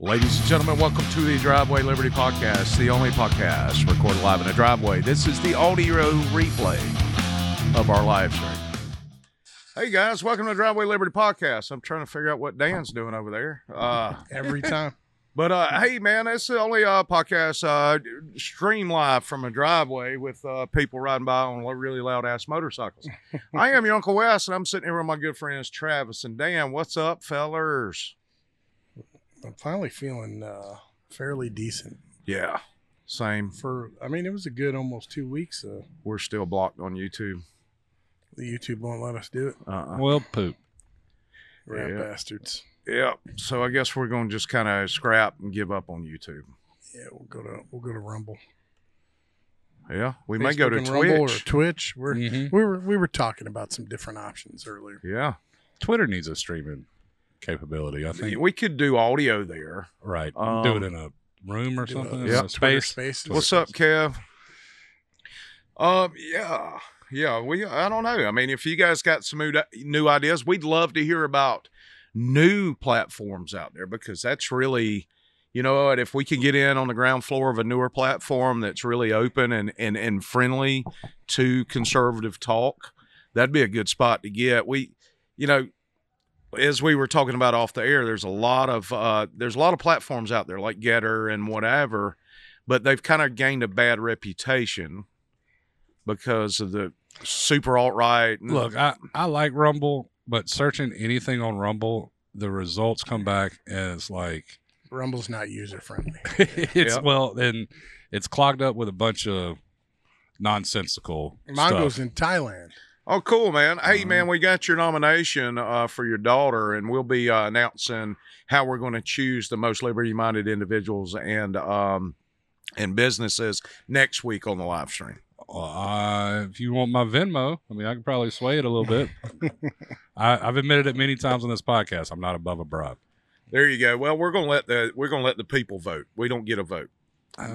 Ladies and gentlemen, welcome to the Driveway Liberty Podcast, the only podcast recorded live in a driveway. This is the audio replay of our live stream. Hey guys, welcome to the Driveway Liberty Podcast. I'm trying to figure out what Dan's doing over there. Uh, every time. but uh, hey man, that's the only uh, podcast uh, stream live from a driveway with uh, people riding by on really loud ass motorcycles. I am your Uncle Wes, and I'm sitting here with my good friends Travis and Dan. What's up, fellers? I'm finally feeling uh, fairly decent. Yeah, same. For I mean, it was a good almost two weeks. Uh, We're still blocked on YouTube. the YouTube won't let us do it. Uh-uh. Well, poop. Rat Yeah. bastards. Yeah. So I guess we're going to just kind of scrap and give up on YouTube. Yeah, we'll go to we'll go to Rumble. Yeah. We may go to Facebook and Rumble or Twitch. Mm. Twitch. We're Mhm. we were we were talking about some different options earlier. Yeah. Twitter needs a streaming capability. I think We could do audio there. right. Um, Do it in a room or something. in yeah. a Twitter space. Spaces. What's up, Kev? Um. Yeah. Yeah. We. I don't know. I mean, if you guys got some new, new ideas, we'd love to hear about new platforms out there because that's really. You know what? If we can get in on the ground floor of a newer platform that's really open and, and, and friendly to conservative talk, that'd be a good spot to get. We, you know, as we were talking about off the air, there's a lot of uh, there's a lot of platforms out there like Getter and whatever but they've kind of gained a bad reputation because of the super alt right. Look, I, I like Rumble, but searching anything on Rumble, the results come back as like Rumble's not user friendly. it's Yeah. well and it's clogged up with a bunch of nonsensical Mine stuff. goes in Thailand. oh, cool, man! Hey, Mhm. man, we got your nomination uh, for your daughter, and we'll be uh, announcing how we're going to choose the most liberty-minded individuals and um, and businesses next week on the live stream. Uh, if you want my Venmo, I mean, I can probably sway it a little bit. I, I've admitted it many times on this podcast. I'm not above a bribe. There you go. Well, we're gonna let the we're gonna let the people vote. We don't get a vote.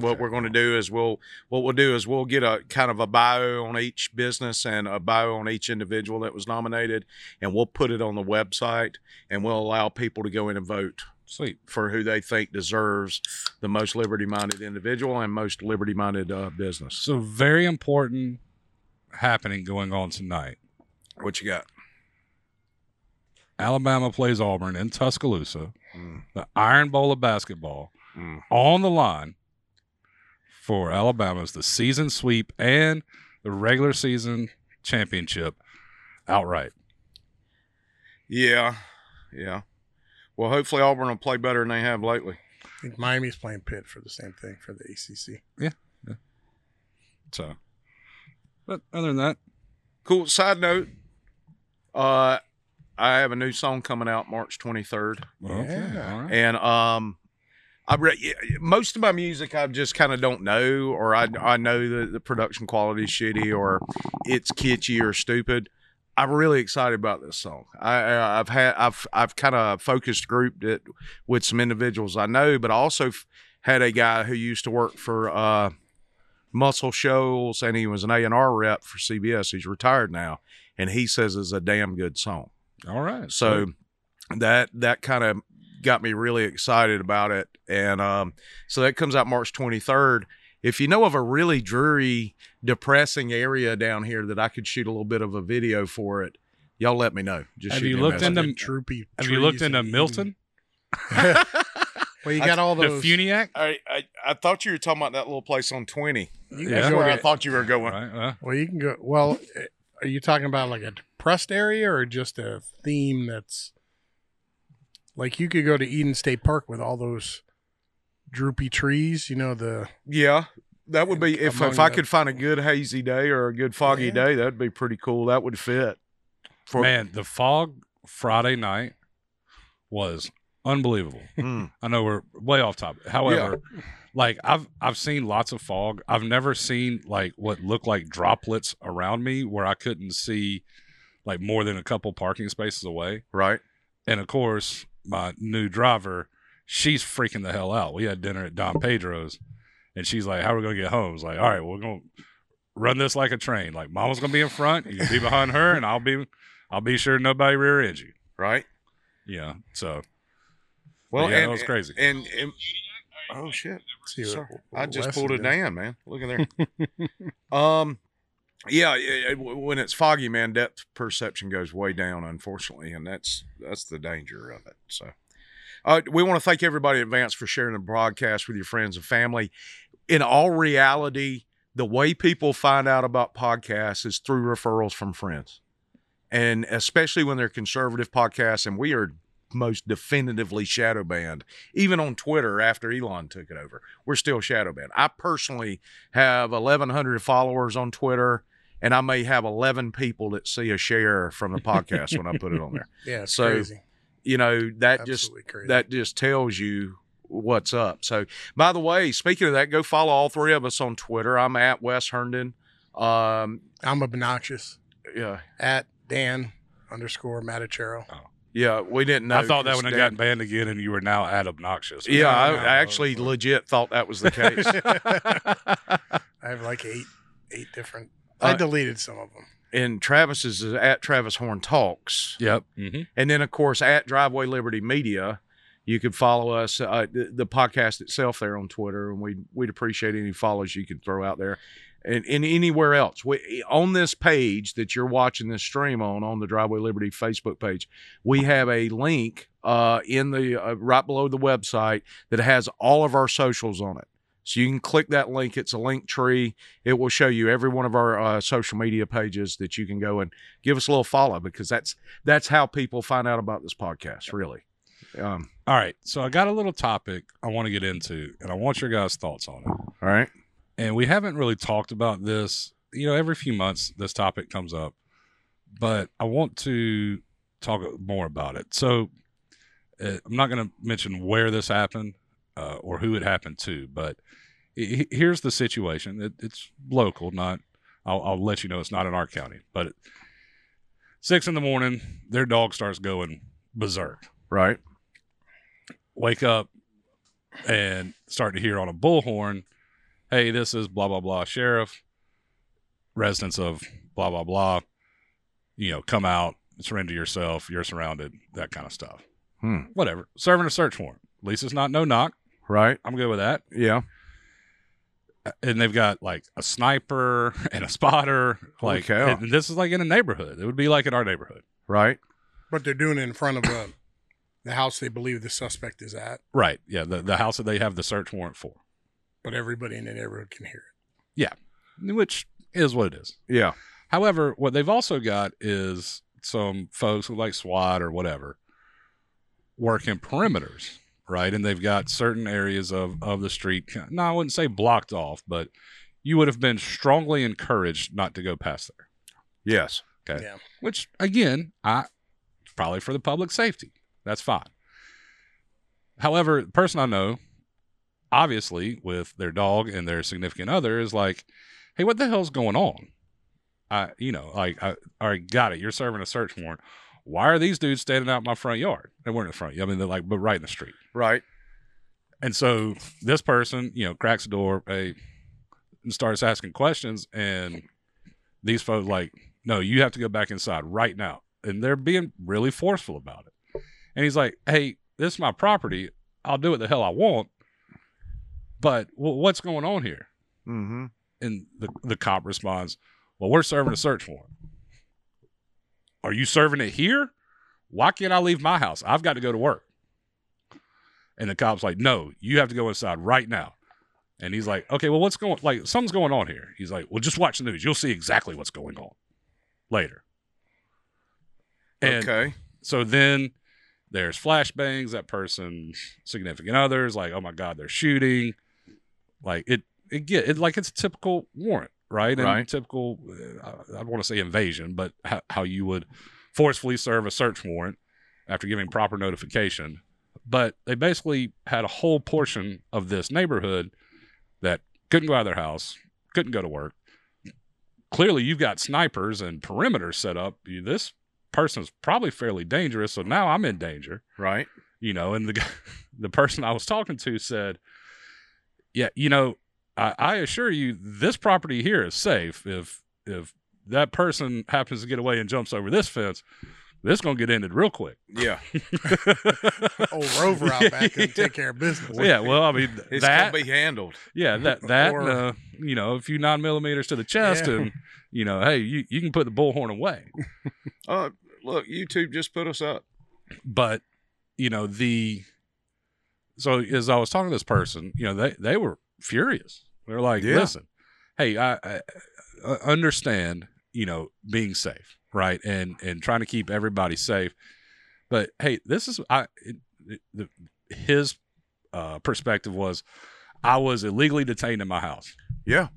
What we're going to do is we'll what we'll do is we'll get a kind of a bio on each business and a bio on each individual that was nominated, and we'll put it on the website, and we'll allow people to go in and vote Sweet. for who they think deserves the most liberty-minded individual and most liberty-minded uh, business. So very important happening going on tonight. What you got? Alabama plays Auburn in Tuscaloosa. Mm, The Iron Bowl of basketball mm. on the line for Alabama's the season sweep and the regular season championship outright. Yeah, yeah. Well, hopefully Auburn will play better than they have lately. I think Miami's playing Pitt for the same thing for the ACC. So, but other than that, Cool. Side note, uh, I have a new song coming out March 23rd. okay, Yeah. all right. and um I re- yeah, most of my music I just kind of don't know, or I, I know that the production quality is shitty, or it's kitschy or stupid. I'm really excited about this song. I, I I've had I've I've kind of focused grouped it with some individuals I know, but I also f- had a guy who used to work for uh, Muscle Shoals, and he was an A and R rep for CBS. He's retired now, and he says it's a damn good song. all right. So that that kind of got me really excited about it, and um, so that comes out March 23rd. If you know of a really dreary, depressing area down here that I could shoot a little bit of a video for it, y'all let me know. Just Have shoot you me a looked message. into- Big troopy have you trees looked into and- Milton, Well, you got all the those. Funiac? I, I I thought you were talking about that little place on 20. you Yeah. can go to- thought you were going. Right, uh, Well, you can go. Well, eh, are you talking about like a depressed area or just a theme that's like you could go to Eden State Park with all those droopy trees? You know the Yeah. That would be if, if Among I the- could find a good hazy day or a good foggy Yeah. day, that'd be pretty cool. That would fit. For, man, the fog Friday night was unbelievable. Mm. I know we're way off topic. However, like I've I've seen lots of fog. I've never seen like what looked like droplets around me where I couldn't see like more than a couple parking spaces away. right. And of course, my new driver, she's freaking the hell out. We had dinner at Don Pedro's and she's like, How are we gonna get home? It's like, all right, we're gonna run this like a train. Like mama's gonna be in front, you can be behind her, and I'll be I'll be sure nobody rear ends you. Right. Yeah. So Well, yeah, and, that was crazy. And, and- oh shit, See what- Sorry. what I just Wes pulled is it doing. down, man. Look at there. um, yeah, it- it- when it's foggy, man, depth perception goes way down, unfortunately, and that's that's the danger of it. So, uh, we want to thank everybody in advance for sharing the broadcast with your friends and family. In all reality, the way people find out about podcasts is through referrals from friends, and especially when they're conservative podcasts, and we are most definitively shadow banned even on Twitter after Elon took it over. We're still shadow banned. I personally have 1,100 followers on Twitter, and I may have 11 people that see a share from the podcast when I put it on there. Yeah, it's So, crazy. You know, that just Absolutely crazy. that just tells you what's up. So, by the way, speaking of that, go follow all three of us on Twitter. I'm at Wes Herndon. Um, I'm obnoxious. yeah, At Dan underscore Matichero. yeah, we didn't know. I thought that 'cause would have Dan- gotten banned again, and you were now at obnoxious. Yeah, I, No, I actually legit thought that was the case. I have like eight eight different. Uh, I deleted some of them. and Travis's is at Travis Horn Talks. yep. Mm-hmm. And then, of course, at Driveway Liberty Media, you can follow us, uh, the, the podcast itself, there on Twitter, and we'd we'd appreciate any follows you can throw out there, and, and anywhere else. We, on this page that you're watching this stream on, on the Driveway Liberty Facebook page, we have a link uh, in the uh, right below the website that has all of our socials on it. So you can click that link. It's a link tree. It will show you every one of our uh, social media pages that you can go and give us a little follow because that's that's how people find out about this podcast, really. Um, All right. So I got a little topic I want to get into, and I want your guys' thoughts on it. all right. and we haven't really talked about this. You know, every few months this topic comes up, but I want to talk more about it. So uh, I'm not going to mention where this happened uh, or who it happened to, but he- he- here's the situation. It, it's local, not. I'll, I'll let you know it's not in our county, but it, six in the morning, their dog starts going berserk Right. wake up and start to hear on a bullhorn, hey, this is blah, blah, blah, sheriff, residents of blah, blah, blah, you know, come out, surrender yourself, you're surrounded, that kind of stuff. Hmm. Whatever. Serving a search warrant. At least it's not no knock. Right. I'm good with that. Yeah. And they've got like a sniper and a spotter. Holy Like, cow. and this is like in a neighborhood. It would be like in our neighborhood. Right. But they're doing it in front of uh, the house they believe the suspect is at, Right. Yeah. The, the house that they have the search warrant for, but everybody in the neighborhood can hear it. which is what it is. Yeah. However, what they've also got is some folks who like SWAT or whatever work in perimeters, right? And they've got certain areas of, of the street. No, I wouldn't say blocked off, but you would have been strongly encouraged not to go past there, Yes. Okay. Yeah. which again, I probably for the public safety. That's fine. However, the person I know, obviously with their dog and their significant other, is like, hey, what the hell's going on? I, you know, like, I, all right, got it. You're serving a search warrant. Why are these dudes standing out in my front yard? They weren't in the front yard. I mean, they're like, but right in the street. Right. And so this person, you know, cracks the door, hey, and starts asking questions. And these folks, like, no, you have to go back inside right now. And they're being really forceful about it. And he's like, hey, this is my property. I'll do what the hell I want. But w- what's going on here? Mm-hmm. And the, the cop responds, Well, we're serving a search warrant. Are you serving it here? Why can't I leave my house? I've got to go to work. And the cop's like, No, you have to go inside right now. And he's like, Okay, well, what's going like something's going on here? He's like, Well, just watch the news. You'll see exactly what's going on later. And okay. so then there's flashbangs, that person's significant others, like, oh my God, they're shooting. Like it, it get it like it's a typical warrant, right? And Right. typical, uh, I, I want to say invasion, but how, how you would forcefully serve a search warrant after giving proper notification. But they basically had a whole portion of this neighborhood that couldn't go out of their house, couldn't go to work. Clearly, you've got snipers and perimeters set up. You- This person's probably fairly dangerous, so now I'm in danger, Right. you know. And the guy- the person I was talking to said, "Yeah, you know, I, I assure you, this property here is safe. If if that person happens to get away and jumps over this fence, This gonna get ended real quick. Yeah, Old Rover out back and take care of business. yeah, well, I mean it's that. gonna be handled. yeah, that that Or- and, uh, you know a few nine millimeters to the chest, Yeah. and you know, hey, you, you can put the bullhorn away. Uh, look, YouTube just put us up. but you know the so as I was talking to this person, you know they they were furious. They're like, Yeah. listen, hey, I, I, I understand, you know, being safe, right, and and trying to keep everybody safe, but hey, this is I it, it, the, his uh, perspective was I was illegally detained in my house. Yeah.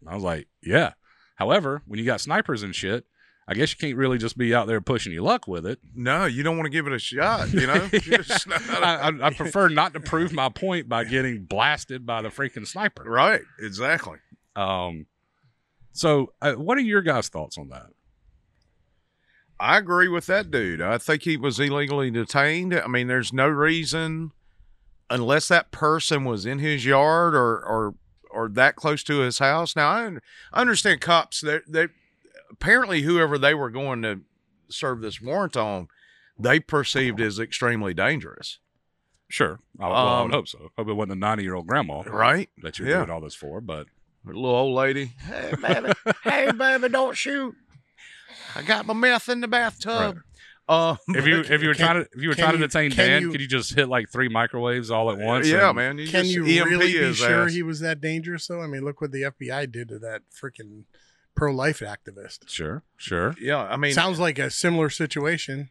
And I was like, yeah. However, when you got snipers and shit, I guess you can't really just be out there pushing your luck with it. No, you don't want to give it a shot. You know, It's not- I, I- I prefer not to prove my point by getting blasted by the freaking sniper. right? Exactly. Um, so, uh, what are your guys' thoughts on that? I agree with that dude. I think he was illegally detained. I mean, there's no reason, unless that person was in his yard or or or that close to his house. Now, I, un- I understand cops. They they apparently whoever they were going to serve this warrant on, they perceived as extremely dangerous, Sure, I, well, I would Um, hope so. Hope it wasn't a ninety-year-old grandma right? that you're yeah. doing all this for. But little old lady. Hey, baby. hey, baby, don't shoot. I got my meth in the bathtub. Um, if you if you were Can- trying to if you were can trying to you- detain can Dan, you- could you just hit like three microwaves all at once? Uh, yeah, and- man. You Can just E you E EMP really be his sure ass. he was that dangerous though? I mean, look what the FBI did to that freaking pro-life activist. Sure, sure, Yeah, I mean, Sounds like a similar situation.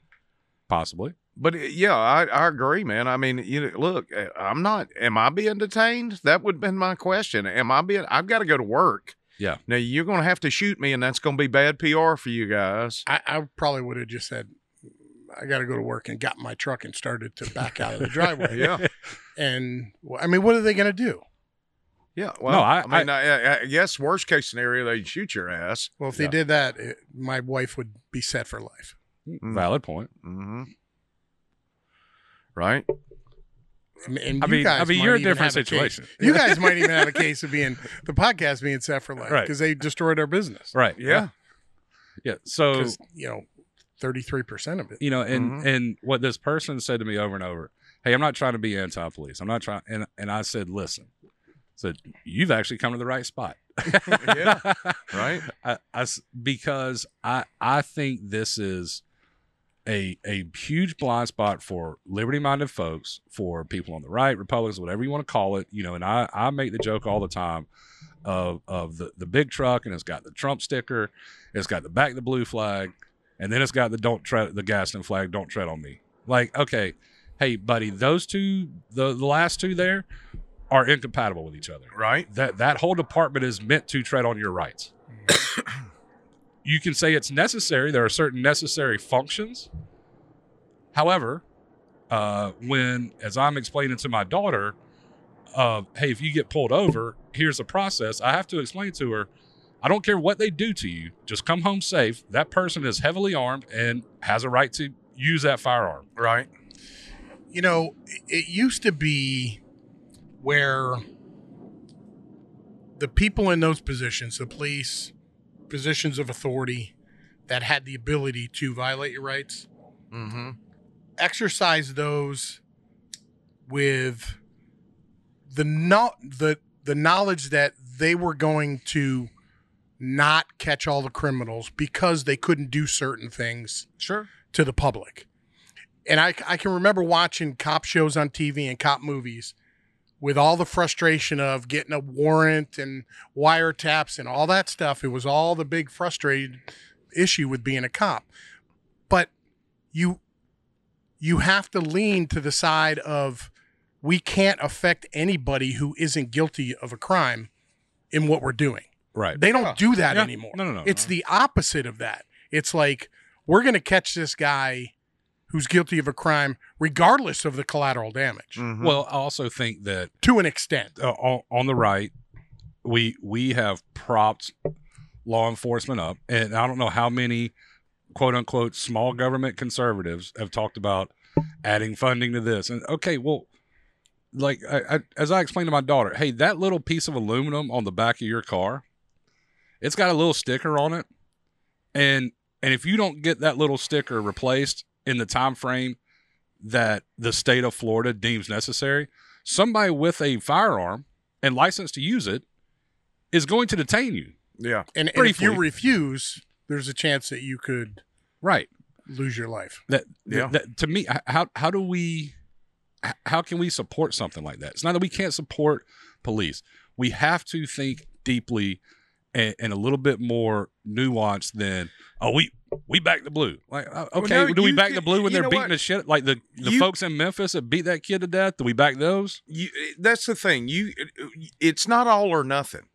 possibly. but uh, yeah, I, I agree, man. I mean, you know, look, uh, I'm not. Am I being detained? That would have been my question. Am I being? I've got to go to work. Yeah. Now you're gonna have to shoot me, and that's gonna be bad PR for you guys. I, I probably would have just said, "I got to go to work," and got in my truck and started to back out of the driveway. Yeah. And well, I mean, what are they going to do? Yeah. Well, I, I- mean, I, I, I guess worst case scenario, they shoot your ass. Well, if Yeah. they did that, it, my wife would be set for life. Mm. Valid point. Mm-hmm. Right. I mean, and I you mean, I guys mean, might you're a even different have case- situation. you guys might even have a case of being the podcast being set for life Right. because they destroyed our business. Right. Oh. Yeah. Yeah. So Because you know, thirty-three percent of it. you know and and what this person said to me over and over hey i'm not trying to be anti-police i'm not trying and, and i said listen I said you've actually come to the right spot Yeah. Right. I, I s- because i i think this is a a huge blind spot for liberty-minded folks for people on the right republicans whatever you want to call it you know and i i make the joke all the time of of the the big truck and it's got the trump sticker it's got the back of the blue flag, and then it's got the don't tread the Gaston flag. Don't tread on me. Like, okay, hey, buddy, those two, the, the last two there, are incompatible with each other. Right. That that whole department is meant to tread on your rights. you can say it's necessary. There are certain necessary functions. However, uh, when as I'm explaining to my daughter, uh, hey, if you get pulled over, here's the process. I have to explain to her. I don't care what they do to you. Just come home safe. That person is heavily armed and has a right to use that firearm. Right. you know, it- it used to be where the people in those positions, the police, positions of authority that had the ability to violate your rights, Mm-hmm. exercise those with the not the the knowledge that they were going to not catch all the criminals because they couldn't do certain things Sure. to the public. And I, I can remember watching cop shows on TV and cop movies with all the frustration of getting a warrant and wiretaps and all that stuff. It was all the big frustrated issue with being a cop. But you you have to lean to the side of we can't affect anybody who isn't guilty of a crime in what we're doing. Right. They don't Yeah. do that Oh. Yeah. anymore. No, no, no. It's the opposite of that. It's like we're going to catch this guy who's guilty of a crime, regardless of the collateral damage, Mm. Well, well. I also think that to an extent. uh, on, on the right, we we have propped law enforcement up, and I don't know how many quote unquote small government conservatives have talked about adding funding to this. And okay, well, like I, I, as I explained to my daughter, hey, that little piece of aluminum on the back of your car, it's got a little sticker on it, and And if you don't get that little sticker replaced in the time frame that the state of Florida deems necessary, somebody with a firearm and license to use it is going to detain you. Yeah. And, and if Briefly. you refuse, there's a chance that you could Right. lose your life. That, Yeah. that to me, h- how how do we h- how can we support something like that? It's not that we can't support police. We have to think deeply and, and a little bit more nuanced than oh we we back the blue. Like uh, Well, okay, no, do we you back can- the blue when you they're know beating what? the shit like the the You- folks in Memphis that beat that kid to death? Do we back those? You, eh, that's the thing. You, eh, it's not all or nothing.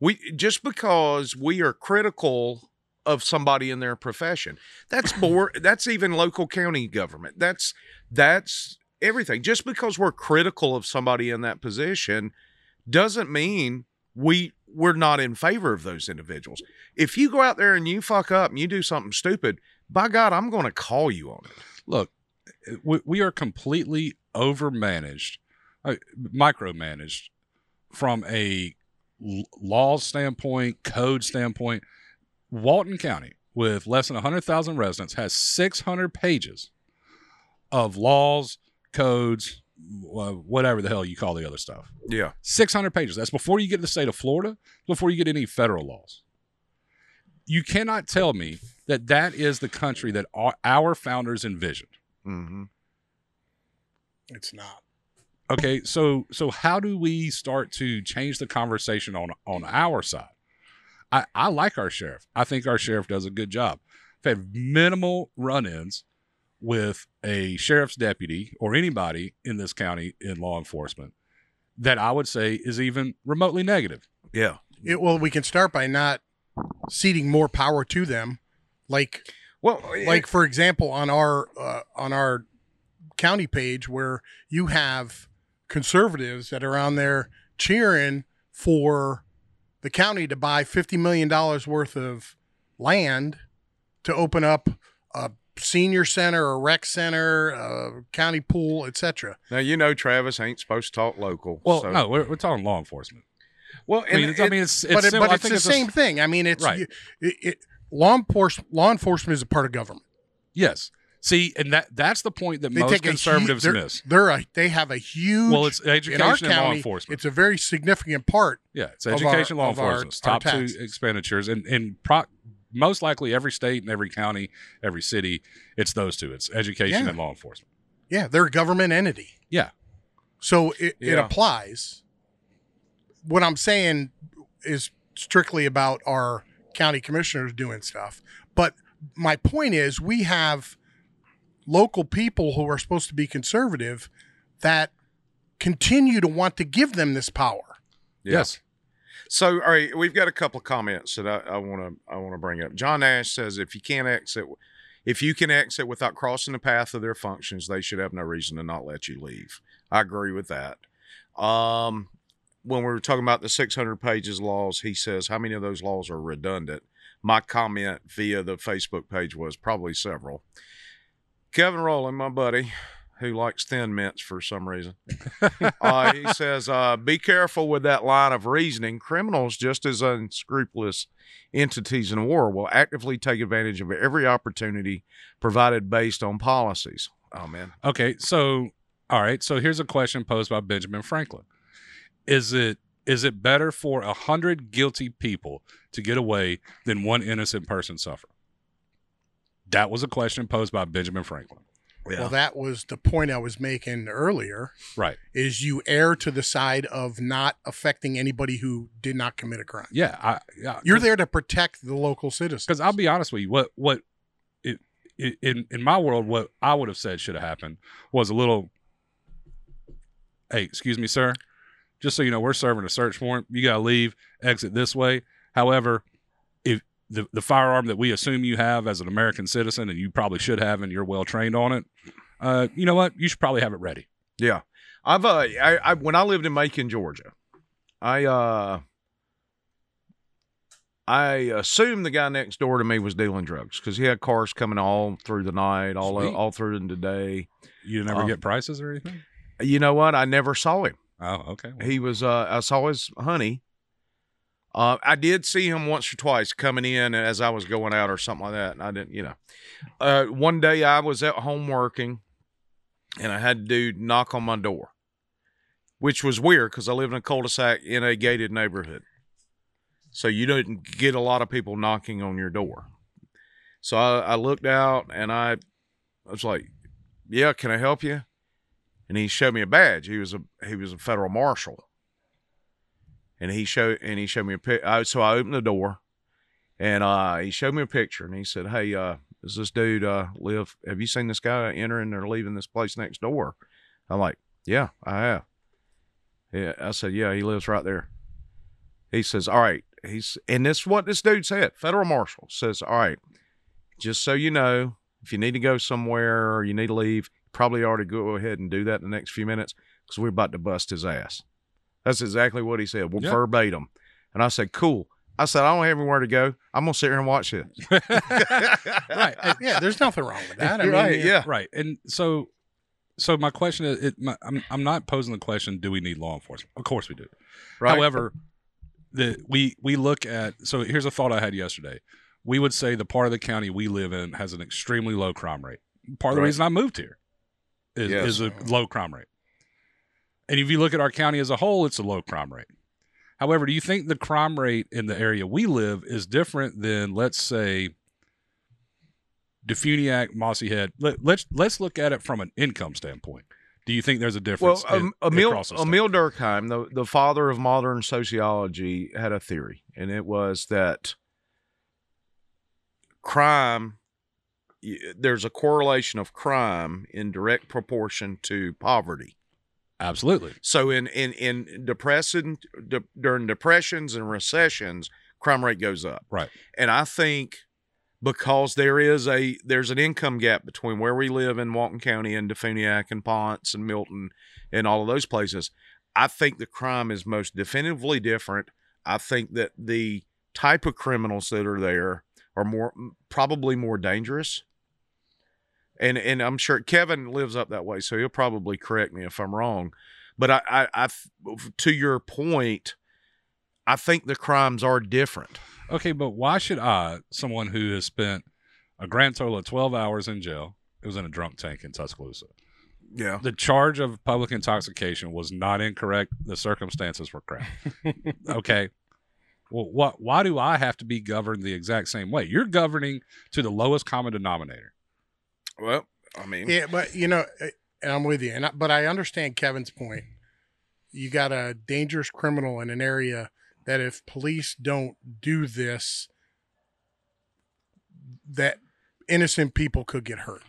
We just because we are critical of somebody in their profession. That's board. that's even local county government. That's that's everything. Just because we're critical of somebody in that position doesn't mean we we're not in favor of those individuals. If you go out there and you fuck up and you do something stupid, by God, I'm going to call you on it. Look, we, we are completely overmanaged, uh, micromanaged from a l- law standpoint, code standpoint. Walton County, with less than 100,000 residents, has 600 pages of laws, codes, wha- whatever the hell you call the other stuff. Yeah. 600 pages. That's before you get to the state of Florida, before you get any federal laws. You cannot tell me that that is the country that our, our founders envisioned. hmm It's not. Okay, so so how do we start to change the conversation on on our side? I I like our sheriff. I think our sheriff does a good job. I've had minimal run-ins with a sheriff's deputy or anybody in this county in law enforcement that I would say is even remotely negative. Yeah. It, well, we can start by not ceding more power to them, like Well, eh, like for example on our uh, on our county page where you have conservatives that are on there cheering for the county to buy 50 million dollars worth of land to open up a senior center a rec center a county pool etc Now you know Travis ain't supposed to talk local. Well, so- no, we're, we're talking law enforcement. Well, I mean, and it's, I mean, it's, it's but, it, similar. but I it's think the it's a- same thing i mean it's Right. you- it, it, law enforcement law enforcement is a part of government yes. See, and that that's the point that they most take a hu- conservatives they're, miss. they're a, they have a huge Well, it's education in our and law county, enforcement. It's a very significant part. yeah, it's of education, our- law of our- enforcement. It's our top two taxes. expenditures, and and pro- most likely every state and every county, every city, it's those two. It's education Yeah. and law enforcement. Yeah, they're a government entity. Yeah. So it, it Yeah. applies. What I'm saying is strictly about our county commissioners doing stuff. But my point is, we have local people who are supposed to be conservative that continue to want to give them this power. Yeah. Yes. so all right, we've got a couple of comments that I want to I want to bring up. John Nash says if you can't exit, if you can exit without crossing the path of their functions, they should have no reason to not let you leave. I agree with that. Um, when we were talking about the 600 pages laws, he says how many of those laws are redundant. My comment via the Facebook page was probably several. Kevin Rowland, my buddy, who likes thin mints for some reason. uh, he says, uh, be careful with that line of reasoning. Criminals, just as unscrupulous entities in war, will actively take advantage of every opportunity provided based on policies. Oh, man. Okay. So, all right. So here's a question posed by Benjamin Franklin: Is it is it better for a hundred guilty people to get away than one innocent person suffer? That was a question posed by Benjamin Franklin. Well, that was the point I was making earlier. Right. Is you err to the side of not affecting anybody who did not commit a crime. Yeah. I, yeah You're there to protect the local citizens. because I'll be honest with you, what what it, it, in in my world, what I would have said should have happened was a little. Hey, excuse me, sir. Just so you know, we're serving a search warrant. You gotta leave. Exit this way. However, if the the firearm that we assume you have as an American citizen, and you probably should have, and you're well trained on it, uh, you know what? You should probably have it ready. Yeah. I've, uh, I, I, when I lived in Macon, Georgia, I, uh, I assumed the guy next door to me was dealing drugs because he had cars coming all through the night, all Sweet. all through the day. You never Uh, get prices or anything. You know what? I never saw him. Oh, okay. Well, he was uh I saw his honey. Uh, I did see him once or twice coming in as I was going out or something like that. And I didn't, you know. Uh, one day I was at home working and I had a dude knock on my door, which was weird because I live in a cul de sac in a gated neighborhood. So you don't get a lot of people knocking on your door. So I, I looked out and I, I was like, yeah, can I help you? And he showed me a badge. He was a he was a federal marshal and he showed and he showed me a pic. I, so I opened the door, and uh, he showed me a picture, and he said, "Hey, uh, does this dude uh, live? Have you seen this guy entering or leaving this place next door?" I'm like, "Yeah, I have." Yeah, I said, "Yeah, he lives right there." He says, "All right." He's and this is what this dude said. Federal marshal says, "All right, just so you know, if you need to go somewhere or you need to leave, probably ought to go ahead and do that in the next few minutes because we're about to bust his ass." That's exactly what he said, Yeah. verbatim. And I said, "Cool." I said, "I don't have anywhere to go. I'm gonna sit here and watch this." right. Uh, Yeah, there's nothing wrong with that. I mean, right? you- Yeah. right. And so, so my question is, it, my, I'm I'm not posing the question. Do we need law enforcement? Of course we do. Right. However, the we we look at so here's a thought I had yesterday. We would say the part of the county we live in has an extremely low crime rate. Part of the Right. reason I moved here is, Yes. is a low crime rate. And if you look at our county as a whole, it's a low crime rate. However, do you think the crime rate in the area we live is different than let's say Defuniak, Mossy Head? Let, let's let's look at it from an income standpoint. Do you think there's a well, difference? um, in- Emil, across the state? Emil Durkheim, the, the father of modern sociology, had a theory, and it was that crime, y- there's a correlation of crime in direct proportion to poverty. absolutely. So in in in depression de, during depressions and recessions, crime rate goes up. Right. And I think because there is a there's an income gap between where we live in Walton County and Defuniak and Ponce and Milton and all of those places, I think the crime is most definitively different. I think that the type of criminals that are there are more probably more dangerous and and I'm sure Kevin lives up that way, so he'll probably correct me if I'm wrong. But I, I, I to your point, I think the crimes are different. Okay, but why should I, someone who has spent a grand total of 12 hours in jail, it was in a drunk tank in Tuscaloosa. Yeah, The charge of public intoxication was not incorrect. The circumstances were crap. okay. Well, what, why do I have to be governed the exact same way? You're governing to the lowest common denominator. well, I mean, Yeah, but you know, uh, and I'm with you, and I, but I understand Kevin's point. You got a dangerous criminal in an area that if police don't do this, that innocent people could get hurt.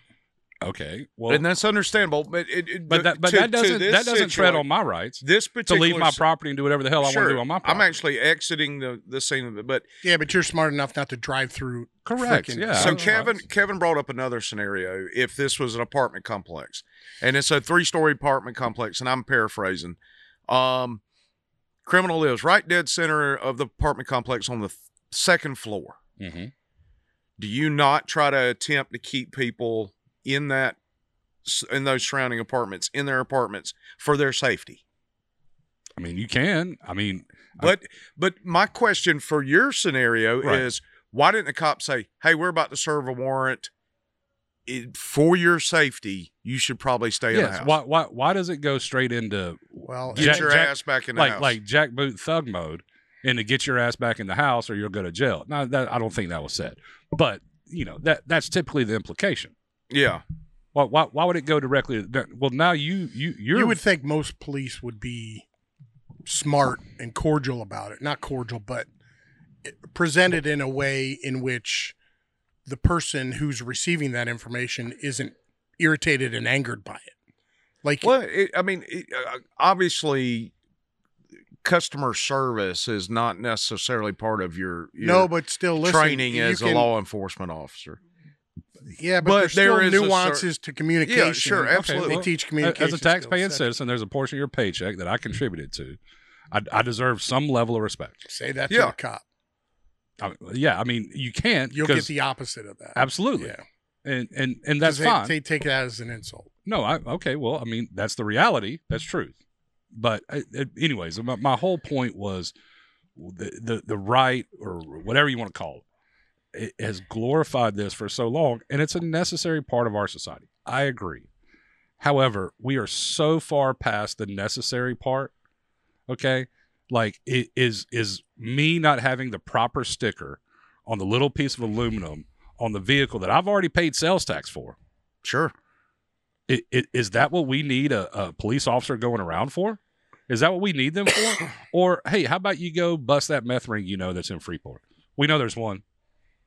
Okay. Well, and that's understandable. But it, it- but that, but to- that to doesn't this that doesn't tread situa- on my rights this to particular leave my s- property and do whatever the hell I want Sure. to do on my property. I'm actually exiting the the scene of it, but Yeah, but you're smart enough not to drive through. correct. freaking- Yeah. I so don't know. Kevin Kevin brought up another scenario. If this was an apartment complex, and it's a three story apartment complex, and I'm paraphrasing, um, criminal lives right dead center of the apartment complex on the th- second floor. Mhm. Do you not try to attempt to keep people in that s- in those surrounding apartments in their apartments for their safety? I mean, you can. I mean, But but my question for your scenario Right. is why didn't the cop say, "Hey, we're about to serve a warrant It- for your safety. You should probably stay in the yes. house. Why, why, why does it go straight into Well, Get Jack- your Jack- ass back in the like house." like Jack Boot thug mode and to get your ass back in the house or you'll go to jail. Now that I don't think that was said, but you know that that's typically the implication. yeah, Why why, why would it go directly? To that? Well, now you you you're you would think most police would be smart and cordial about it. Not cordial, but it- presented in a way in which the person who's receiving that information isn't irritated and angered by it. Like, well, it, I mean, it, uh, obviously, customer service is not necessarily part of your, your no, but still, listen, training you as a can- law enforcement officer. Yeah, but, but there's there still is a cer- nuances to communication. Yeah, sure, Okay, absolutely. They teach a- communication as a taxpaying skills. citizen. There's a portion of your paycheck that I contributed to. I, I deserve some level of respect. Say that Yeah. to a cop. I, yeah, I mean you can't. You'll get 'cause- the opposite of that. absolutely, Yeah. and and and 'Cause that's they, fine. They take that as an insult. No, I okay. Well, I mean uh, that's the reality. That's truth. But I, I- anyways, my, my whole point was, the the, the right or whatever you want to call it, it has glorified this for so long, and it's a necessary part of our society. I agree. However, we are so far past the necessary part. Okay, like it is is me not having the proper sticker on the little piece of aluminum on the vehicle that I've already paid sales tax for. Sure. I i- Is that what we need a, a police officer going around for? Is that what we need them for? or hey, how about you go bust that meth ring you know that's in Freeport? We know there's one.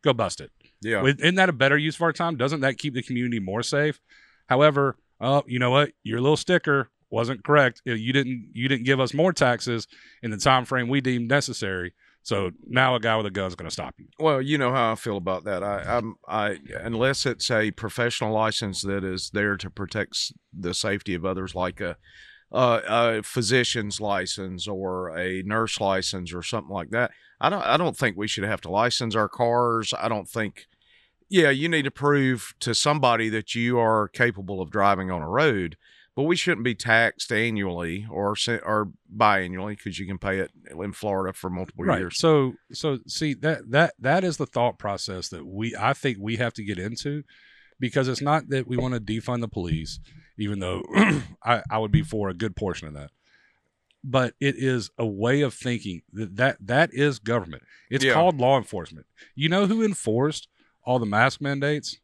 Go bust it. Yeah. With- Isn't that a better use of our time? Doesn't that keep the community more safe? However, oh, you know what? Your little sticker wasn't correct. Uh, You didn't you didn't give us more taxes in the time frame we deemed necessary. So now a guy with a gun's going to stop you. Well, you know how I feel about that. I, I'm, I unless it's a professional license that is there to protect s- the safety of others, like a, uh, a physician's license or a nurse license or something like that. I don't, I don't think we should have to license our cars. I don't think. Yeah, you need to prove to somebody that you are capable of driving on a road, but we shouldn't be taxed annually or se- or biannually because you can pay it in Florida for multiple right. years. So so see that that that is the thought process that we I think we have to get into because it's not that we want to defund the police, even though I, I would be for a good portion of that. But it is a way of thinking that that, that is government. It's Yeah. called law enforcement. You know who enforced all the mask mandates?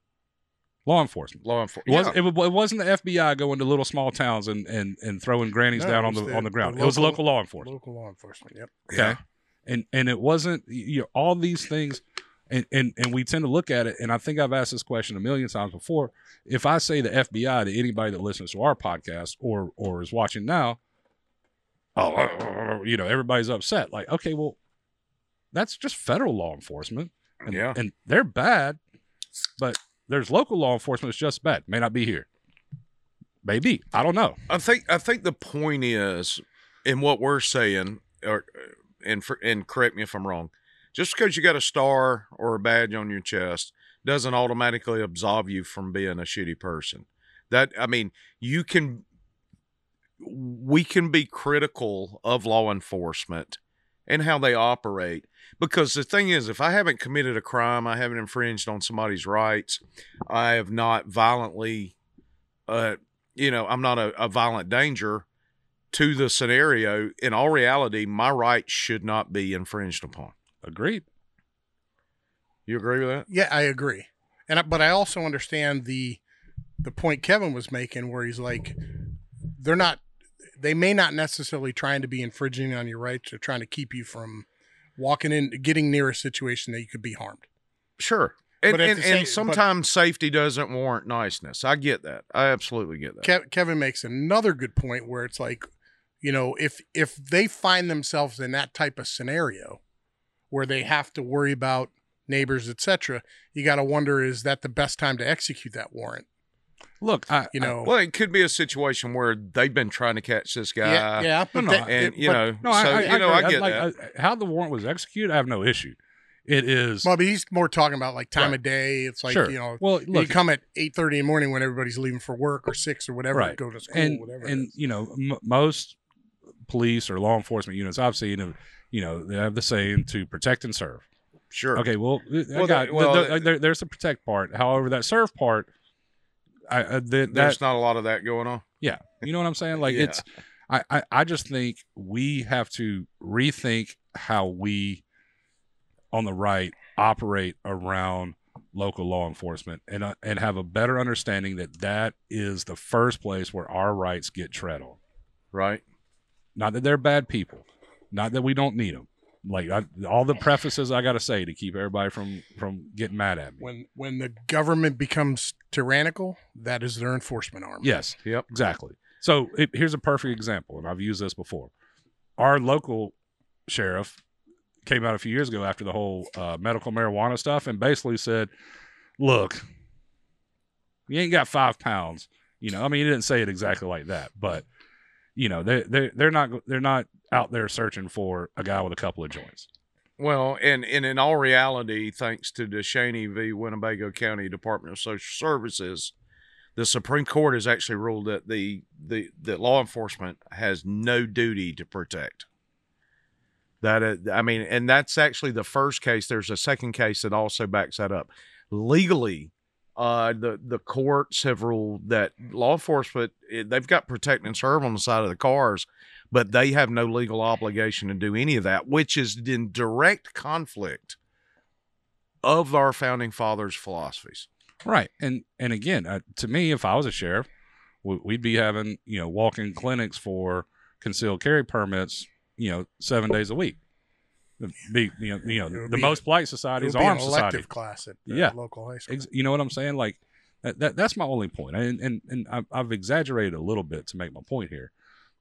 Law enforcement. Law enfor- It, Yeah. wasn't, it, wa- it wasn't the FBI going to little small towns and, and, and throwing grannies No, down it on the, was the- on the ground. the it was local- local law enforcement. Local law enforcement. Yep. Okay. Yeah. And and it wasn't y- you know, all these things and, and and we tend to look at it and I think I've asked this question a million times before. If I say the FBI to anybody that listens to our podcast or or is watching now, oh you know, everybody's upset. Like, okay, well, that's just federal law enforcement. And, Yeah. and they're bad, but there's local law enforcement that's just bad. May not be here. Maybe. I don't know. I think I think the point is in what we're saying, or and for, and correct me if I'm wrong. Just because you got a star or a badge on your chest doesn't automatically absolve you from being a shitty person. That I mean, you can we can be critical of law enforcement and how they operate because the thing is if I haven't committed a crime, I haven't infringed on somebody's rights, I have not violently uh you know, I'm not a, a violent danger to the scenario. In all reality, my rights should not be infringed upon. Agreed. You agree with that? Yeah, I agree. And I, but I also understand the the point Kevin was making where he's like they're not they may not necessarily trying to be infringing on your rights or trying to keep you from walking in getting near a situation that you could be harmed. Sure. And, But at and, the and same- but- sometimes safety doesn't warrant niceness. I get that. I absolutely get that. Kev, Kevin makes another good point where it's like, you know, if if they find themselves in that type of scenario where they have to worry about neighbors, etc., you got to wonder is that the best time to execute that warrant? Look, I You know, Well, it could be a situation where they've been trying to catch this guy. yeah, yeah, but no, that- And, it- you but- know, No, so, I, I, you know, I, agree. get like, that. I- how the warrant was executed, I have no issue. It is Well, but he's more talking about like time Right. of day. It's like sure. you know, well, you look, come at eight thirty in the morning when everybody's leaving for work or six or whatever, Right. go to school, and whatever. it and is. you know, m- most police or law enforcement units I've seen, have, you know, they have the saying to protect and serve. Sure. Okay, well, th- I Well, got- that- well, th- that- there- there's the protect part. However, that serve part, I, uh, I th- that There's not a lot of that going on. You know what I'm saying? Like Yeah. it's I, I I just think we have to rethink how we on the right operate around local law enforcement and uh, and have a better understanding that that is the first place where our rights get tread on. Right. Not that they're bad people, not that we don't need them. Like I, all the prefaces I got to say to keep everybody from from getting mad at me. when when the government becomes tyrannical, that is their enforcement arm. Yes. Yep. Exactly. So it, here's a perfect example, and I've used this before. Our local sheriff came out a few years ago after the whole uh, medical marijuana stuff and basically said, "Look, you ain't got five pounds." You know, I mean, he didn't say it exactly like that, but you know, they they they're not they're not out there searching for a guy with a couple of joints. Well, and, and in all reality, thanks to DeShaney v. Winnebago County Department of Social Services, the Supreme Court has actually ruled that the, the that law enforcement has no duty to protect. That it, I mean, and that's actually the first case. There's a second case that also backs that up. Legally, uh, the the courts have ruled that law enforcement it, they've got protect and serve on the side of the cars, but they have no legal obligation to do any of that, which is in direct conflict of our founding fathers' philosophies. Right. And and again, uh, to me, if I was a sheriff, we- we'd be having you know walk-in clinics for concealed carry permits, you know, seven days a week. It'd Be you know, you know It would the be- most polite It society would is be an armed elective society. class at the Yeah. local high school. Ex- you know what I'm saying? Like that, that that's my only point. And and and I've, I've exaggerated a little bit to make my point here,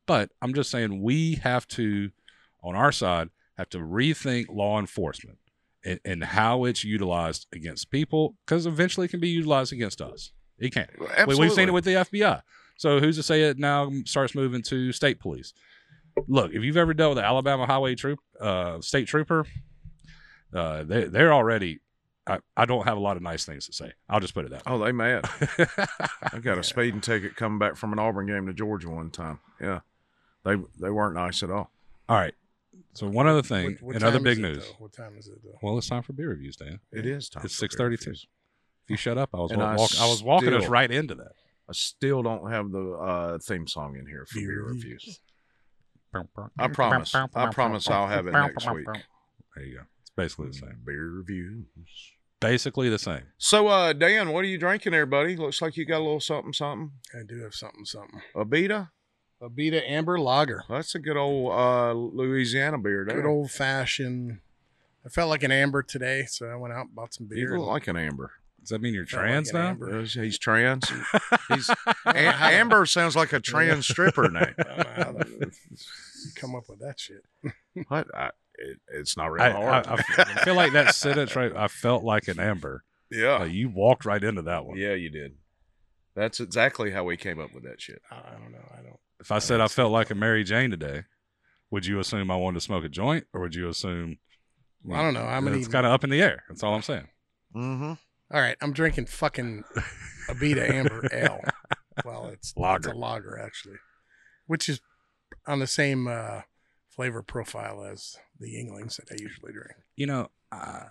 but I'm just saying we have to, on our side, have to rethink law enforcement and, and how it's utilized against people because eventually it can be utilized against us. It can. We, Absolutely. we've seen it with the FBI. So who's to say it now starts moving to state police? Look, if you've ever dealt with the Alabama Highway Troop, uh, state trooper, uh, they they're already. I, I don't have a lot of nice things to say. I'll just put it that Oh, they mad. way. I got a speeding ticket coming back from an Auburn game to Georgia one time. Yeah, they they weren't nice at all. All right. So one other thing, What- what another time is big it, news. though? What time is it though? Well, it's time for beer reviews, Dan. It is time. It's for beer 6:32. reviews. If you shut up, I was And wa- I walk, I was walking us still- right into that. I still don't have the uh, theme song in here for Beer beer reviews. reviews. I promise. I promise I'll have it next week. There you go. It's basically the same. Beer reviews. Basically the same. So, uh, Dan, what are you drinking there, buddy? Looks like you got a little something, something. I do have something, something. A Beta? Abita Amber Lager. Well, that's a good old uh, Louisiana beer. There. Good old fashioned. I felt like an amber today, so I went out and bought some You beer. look like an amber. Does that mean you're Felt like trans an now? amber. He's, he's trans. He's a- know how to- Amber sounds like a trans stripper name. I don't know how the- you come up with that shit. What? I, it, it's not I, really I, hard. I f- I feel like that sentence right. I felt like an amber. Oh. yeah. Like, you walked right into that one. Yeah, you did. That's exactly how we came up with that shit. I I don't know. I don't. If I said I felt like a Mary Jane today, would you assume I wanted to smoke a joint, or would you assume? I don't know. I'm gonna. It's kind of up in the air. That's all I'm saying. Mm-hmm. All right, I'm drinking fucking Abita Amber Ale. Well, it's Lager. It's a lager actually, which is on the same uh, flavor profile as the Yinglings that I usually drink. You know, I,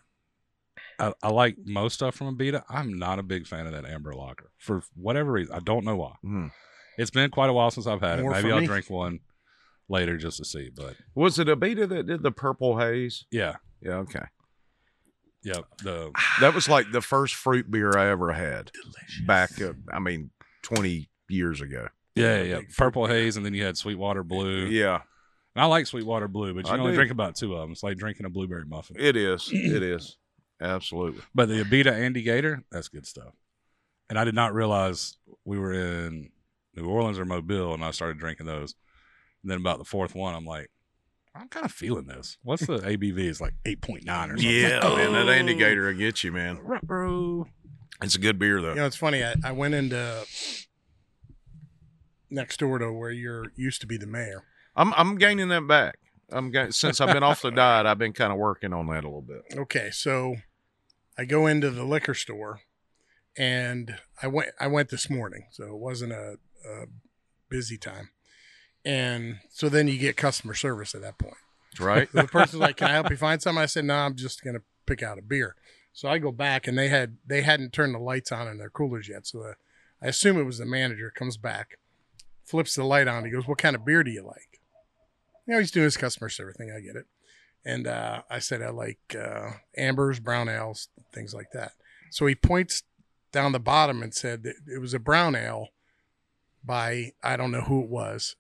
I, I like most stuff from Abita. I'm not a big fan of that amber lager for whatever reason. I don't know why. Hmm. It's been quite a while since I've had it. More for Maybe I'll me. drink one later just to see. But Was it Abita that did the purple haze? yeah, Yeah, okay. yeah. The That was like the first fruit beer I ever had Delicious. back, uh, I mean, 20 years ago. yeah, yeah, yeah. Purple haze, and then you had Sweetwater Blue. Yeah, And I like Sweetwater Blue, but I you can only do. drink about two of them. It's like drinking a blueberry muffin. it is. It is. Absolutely. But the Abita Andy Gator, that's good stuff. And I did not realize we were in New Orleans or Mobile, and I started drinking those. And then about the fourth one, I'm like, I'm kind of feeling this. What's the ABV? It's like 8.9 or something. man, that indicator will get you, man. Right, bro. It's a good beer, You though. know, it's funny. I, I went into next door to where you're used to be the mayor. I'm, I'm gaining that back. I'm ga- since I've been off the diet, I've been kind of working on that a little bit. Okay, so I go into the liquor store, and I went. I went this morning, so it wasn't a, a busy time. And so then you get customer service at that point. Right? So the person's like, "Can I help you find something?" I said, "No, I'm just gonna pick out a beer." So I go back, and they had they hadn't turned the lights on in their coolers yet. So uh, I assume it was the manager comes back, flips the light on. He goes, "What kind of beer do you like?" You know, he's doing his customer service thing. I get it. And uh, I said, "I like uh, ambers, brown ales, things like that." So he points down the bottom and said that it was a brown ale by I don't know who it was.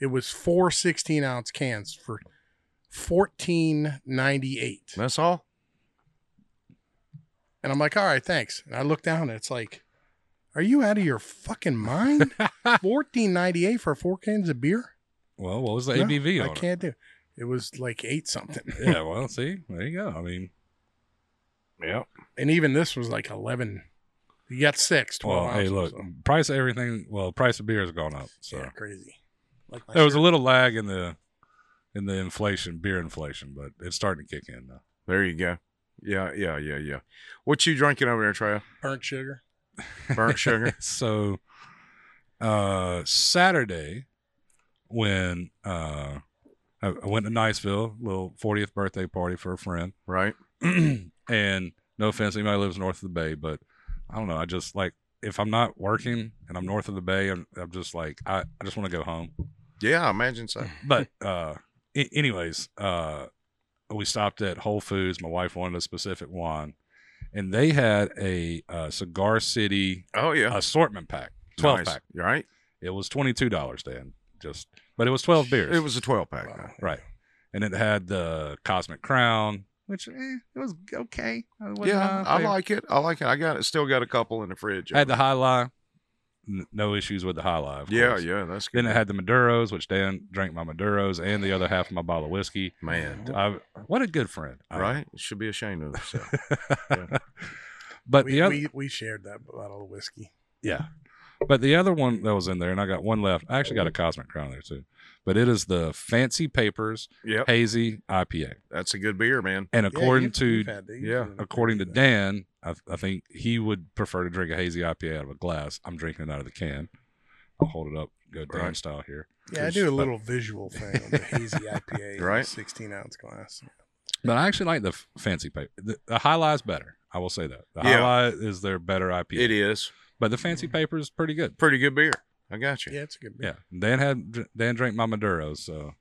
It was four 16 ounce cans for fourteen ninety eight. That's all? And I'm like, all right, thanks. And I look down and it's like, are you out of your fucking mind? fourteen ninety eight for four cans of beer? Well, what was the No, ABV I on can't do. It was like eight something. it? Yeah, well, see, there you go. I mean, Yep. And even this was like eleven. You got six, 12 well, hey, ounces, look, so- price of everything, well, price of beer has gone up. So Yeah, crazy. Like my there was a shirt. little lag in the in the inflation, beer inflation, but it's starting to kick in now. There you go. Yeah, yeah, yeah, yeah. What you drinking over there, Trail? burnt sugar. Burnt sugar. so uh Saturday when uh I, I went to Niceville, little 40th birthday party for a friend. Right. and no offense, anybody who lives north of the bay, but I don't know. I just like if I'm not working and I'm north of the bay, I'm, I'm just like I, I just want to go home. Yeah, I imagine so. But uh, a- anyways, uh, we stopped at Whole Foods. My wife wanted a specific wine, and they had a uh, Cigar City Oh yeah. assortment pack, twelve Nice. pack. You all right? It was twenty two dollars, Dan. Just but it was twelve beers. It was a twelve pack. Wow. right, and it had the Cosmic Crown, which eh, it was okay. It wasn't Yeah, my I favorite. like it. I like it. I got it. Still got a couple in the fridge. I had the high lie. N- No issues with the high lie. of yeah, course. yeah, that's good. Then I had the Maduros, which Dan drank my Maduros and the other half of my bottle of whiskey. man. I, what a good friend, I- Right? Should be ashamed of himself. But We, the other, we, we shared that bottle of whiskey. yeah, but the other one that was in there, and I got one left. I actually got a Cosmic Crown there too, but it is the Fancy Papers yep. Hazy IPA, That's a good beer, man. and Yeah, according you've- to you've had that. You've yeah, had that. according to Dan, I, I think he would prefer to drink a hazy IPA out of a glass. I'm drinking it out of the can. I'll hold it up, go Dan Right. style here. Yeah, I do a little visual thing on the hazy IPA, in a Right. 16 ounce glass. But I actually like the f- fancy paper. The, the High Lie is better. I will say that. The Yeah. High Lie is their better IPA. It is. But the fancy paper is pretty good. Pretty good beer. I got you. Yeah, it's a good Yeah. beer. Dan had dr- Dan drank my Maduros, so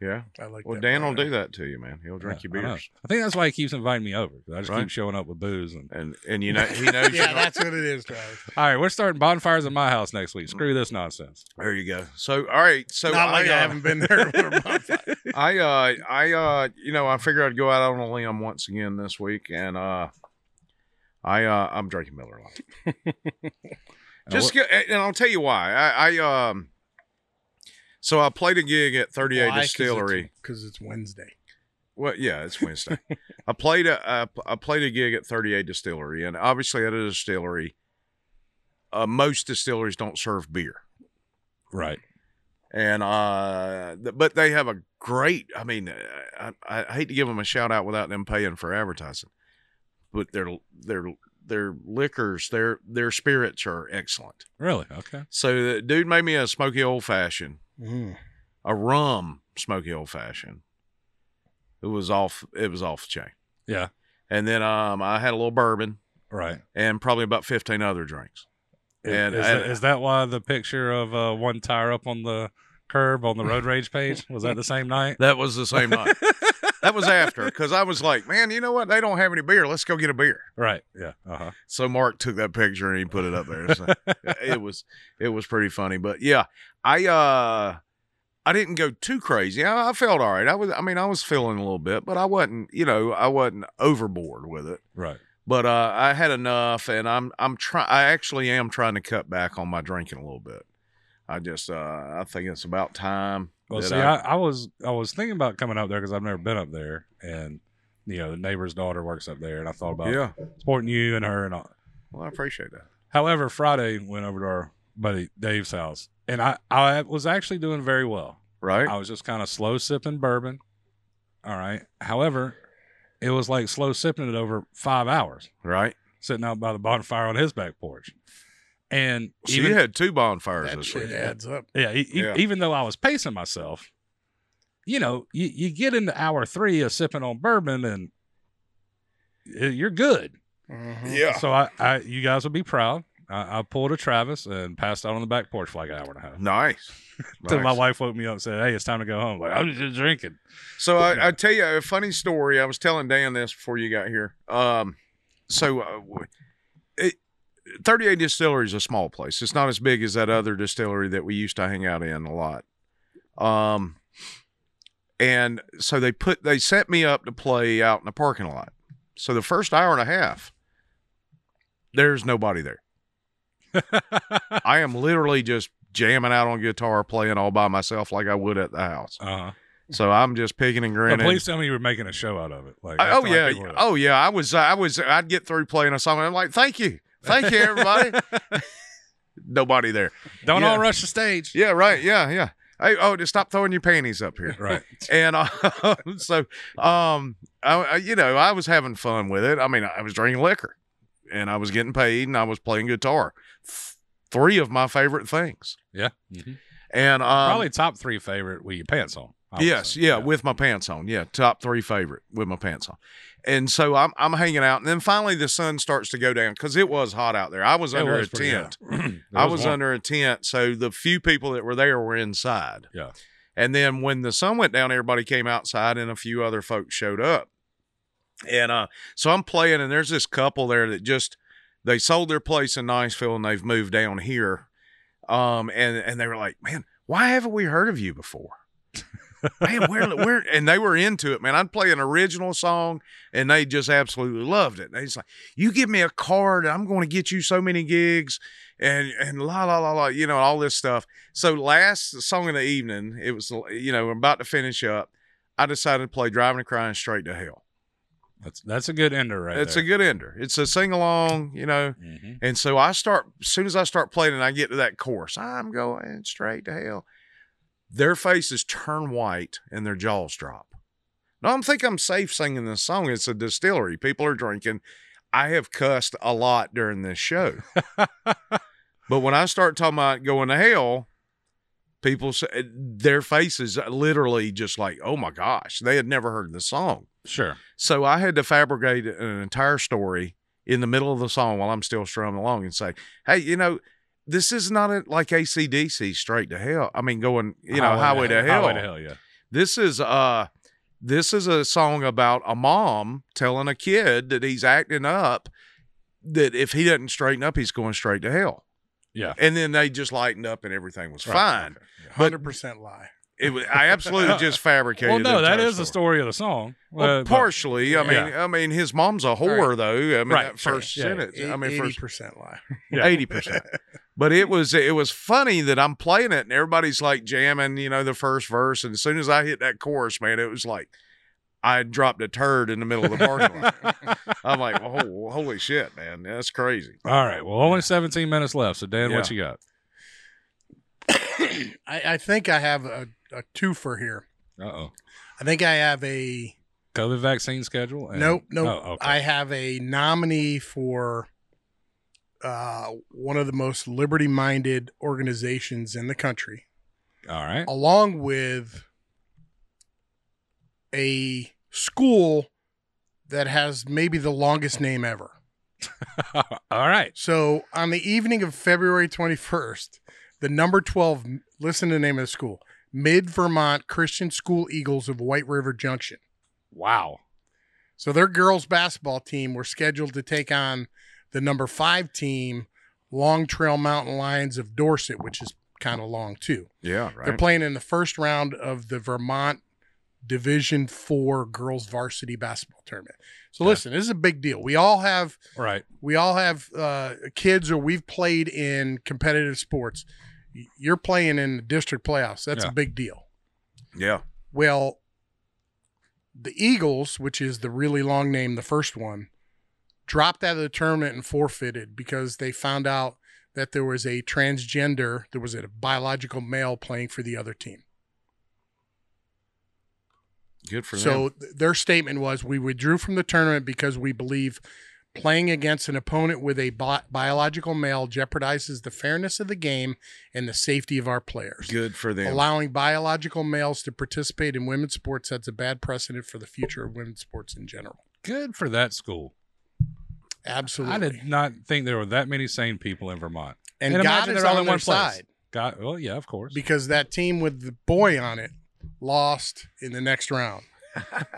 Yeah. I like Well, that Dan will bottle. do that to you, man. He'll drink Yeah, your I know. beers. I think that's why he keeps inviting me over. 'cause I just Right. keep showing up with booze and And and you know he knows Yeah, you know, that's what it is, Travis. all right, we're starting bonfires at my house next week. Screw this nonsense. there you go. So all right. So Not like I uh, haven't been there for a month. I uh I uh you know I figured I'd go out on a limb once again this week and uh I uh I'm drinking Miller Lite. Just Just get, and I'll tell you why. I, I um so I played a gig at 38 Distillery. because it's Wednesday. Well, yeah, it's Wednesday. I played a I, pl- I played a gig at 38 Distillery and obviously at a distillery uh, most distilleries don't serve beer. right. and uh th- but they have a great i mean I, I I hate to give them a shout out without them paying for advertising but their their their liquors their their spirits are excellent Really? Okay. so the dude made me a smoky old fashioned Mm. a rum smoky old fashioned it was off it was off the chain Yeah. and then um i had a little bourbon Right. and probably about 15 other drinks And- And is, and- that, is that why the picture of uh, one tire up on the curb on the road rage page was that the same night? that was the same night that was after because i was like man you know what they don't have any beer let's go get a beer Right. Yeah. Uh huh. So Mark took that picture and he put it up there. So it was it was pretty funny, but yeah, I uh I didn't go too crazy. I, I felt all right. I was I mean I was feeling a little bit, but I wasn't you know I wasn't overboard with it. Right. But uh, I had enough, and I'm I'm trying. I actually am trying to cut back on my drinking a little bit. I just uh I think it's about time. Well, that see, I, I was I was thinking about coming up there because I've never been up there, and you know the neighbor's daughter works up there, and I thought about yeah. supporting you and her and all. Well, I appreciate that. However, Friday went over to our buddy Dave's house, and I I was actually doing very well. Right. I was just kind of slow sipping bourbon. All right. However, it was like slow sipping it over five hours, Right. sitting out by the bonfire on his back porch, and So even you had two bonfires That this shit week. adds up. Yeah, e- e- Yeah. Even though I was pacing myself, you know, you, you get into hour three of sipping on bourbon and y- you're good. Mhm. Yeah. So I, I, you guys would be proud. I, I pulled a Travis and passed out on the back porch for like an hour and a half. Nice. Till my Nice. wife woke me up and said, "Hey, it's time to go home." Like I'm just drinking. So I, I tell you a funny story. I was telling Dan this before you got here. Um, so uh, w- it, 38 Distillery is a small place. It's not as big as that other distillery that we used to hang out in a lot. Um, and so they put they set me up to play out in the parking lot. So the first hour and a half, there's nobody there. uh I am literally just jamming out on guitar, playing all by myself like I would at the house. huh. So I'm just picking and grinning. Uh-huh. please tell me you were making a show out of it. Like I- oh acting yeah, like people were- oh yeah. I was, I was, I'd get through playing a song. And I'm like, thank you, thank you, everybody. Nobody there. don't yeah. all rush the stage. Yeah, right. Yeah, yeah. Hey, oh, just stop throwing your panties up here. Right. And uh, so, um, I, I- you know, I was having fun with it. I mean, I was drinking liquor, and I was getting paid, and I was playing guitar. Th- Three of my favorite things. Yeah. And um, Probably top three favorite with your pants on. I would yes, say. yeah, with my pants on. Yeah, top three favorite with my pants on. And so I'm I'm hanging out, and then finally the sun starts to go down because it was hot out there. I was It under was a pretty tent. hot. It I was warm. under a tent, so the few people that were there were inside. Yeah. And then when the sun went down, everybody came outside, and a few other folks showed up. And uh, so I'm playing, and there's this couple there that just they sold their place in Niceville, and they've moved down here. Um, and and they were like, man, why haven't we heard of you before? man, where where? And they were into it, man. I'd play an original song, and they just absolutely loved it. They just like, you give me a card, I'm going to get you so many gigs and and la la la la, you know, all this stuff. So last song of the evening, it was you know we're about to finish up. I decided to play "Driving and Crying Straight to Hell." That's that's a good ender right it's there. a good ender. It's a sing along, you know. Mhm. And so I start as soon as I start playing, and I get to that chorus, I'm going straight to hell. Their faces turn white and their jaws drop. Now I don't think I'm safe singing this song. It's a distillery. People are drinking. I have cussed a lot during this show. But when I start talking about going to hell, people say, their faces literally just like, oh my gosh, they had never heard the song. Sure. So I had to fabricate an entire story in the middle of the song while I'm still strumming along and say, hey, you know, this is not a, like ACDC straight to hell. I mean, going, you know, highway, to, hell. Highway to hell. Yeah. This is uh this is a song about a mom telling a kid that he's acting up that if he doesn't straighten up, he's going straight to hell. Yeah. And then they just lightened up and everything was Right. fine. Okay. But- Hundred percent lie. It was I absolutely just fabricated. Well, no, the that entire is the story of the song. Well, Uh, but- partially. I mean, I mean, his mom's a whore, though. I mean, Right, that sure. first Yeah. sentence. I mean, eighty first percent lie. Yeah. eighty percent. But it was it was funny that I'm playing it and everybody's like jamming, you know, the first verse. And as soon as I hit that chorus, man, it was like I dropped a turd in the middle of the parking lot. I'm like, oh, holy shit, man, that's crazy. All right. Well, only 17 minutes left. So, Dan, what you got? I, I think I have a, a twofer here. Uh oh. I think I have a COVID vaccine schedule? and- nope, nope. Oh, okay. I have a nominee for uh, one of the most liberty-minded organizations in the country, All right. along with a school that has maybe the longest name ever. All right. So on the evening of February 21st, the number 12, listen to the name of the school, Mid Vermont Christian School Eagles of White River Junction. Wow. So their girls basketball team were scheduled to take on the number five team, Long Trail Mountain Lions of Dorset, which is kind of long too. Yeah, They're right. playing in the first round of the Vermont Division Four girls varsity basketball tournament. So Okay. listen, this is a big deal. We all have Right. we all have uh, kids or we've played in competitive sports. Y- You're playing in the district playoffs. That's Yeah. a big deal. yeah, Well, the Eagles, which is the really long name, the first one, dropped out of the tournament and forfeited because they found out that there was a transgender, there was a biological male playing for the other team. good for them. So th- their statement was we withdrew from the tournament because we believe playing against an opponent with a bi- biological male jeopardizes the fairness of the game and the safety of our players. Good for them. Allowing biological males to participate in women's sports sets a bad precedent for the future of women's sports in general. Good for that school. Absolutely. I did not think there were that many sane people in Vermont. and and God imagine is they're all on in their one place. side God, well, yeah, of course. because that team with the boy on it lost in the next round.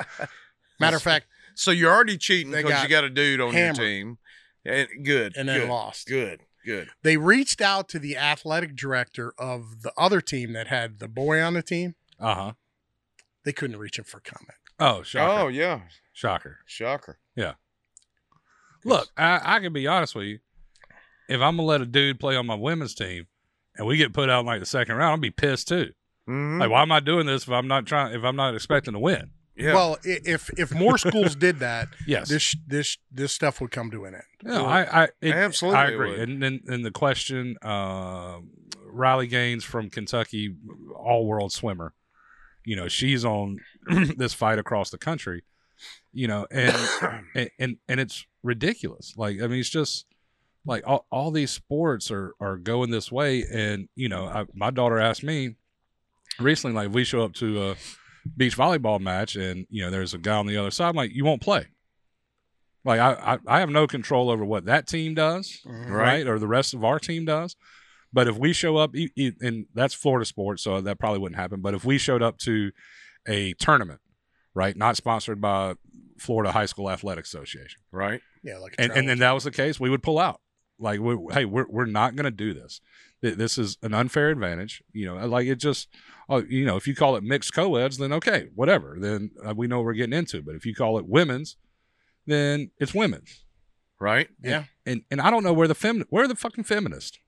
Matter of fact, So you're already cheating They because got you got a dude on hammered. your team. And good. and then good, lost. good. Good. they reached out to the athletic director of the other team that had the boy on the team. Uh huh. They couldn't reach him for comment. Oh, shocker. Oh yeah, Shocker. shocker. Look, I, I can be honest with you. If I'm gonna let a dude play on my women's team and we get put out in like the second round, I'll be pissed too. Hmm. Mhm. Like, why am I doing this if I'm not trying? If I'm not expecting to win? yeah. Well, i- if if more schools did that, Yes. this this this stuff would come to an end. no, I, I it- Absolutely I it agree. would. And then and the question, uh, Riley Gaines from Kentucky, all world swimmer. You know, she's on this fight across the country. You know, and and and, and it's ridiculous. Like I mean, it's just like all, all these sports are are going this way. And you know, I, my daughter asked me recently, like, if we show up to a beach volleyball match, and you know there's a guy on the other side. I'm like, you won't play. Like I, I, I have no control over what that team does, Right. right. or the rest of our team does. But if we show up, e- e- and that's Florida sports, so that probably wouldn't happen. But if we showed up to a tournament, right, not sponsored by Florida High School Athletic Association, right? Yeah, like a and and travel- then that was the case, we would pull out. Like, we, hey, we're we're not going to do this. Th- This is an unfair advantage. You know, like it just, oh, you know, if you call it mixed co-eds, then okay, whatever. Then uh, we know what we're getting into. But if you call it women's, then it's women's. Right? yeah, And and I don't know where the fem where are the fucking feminists.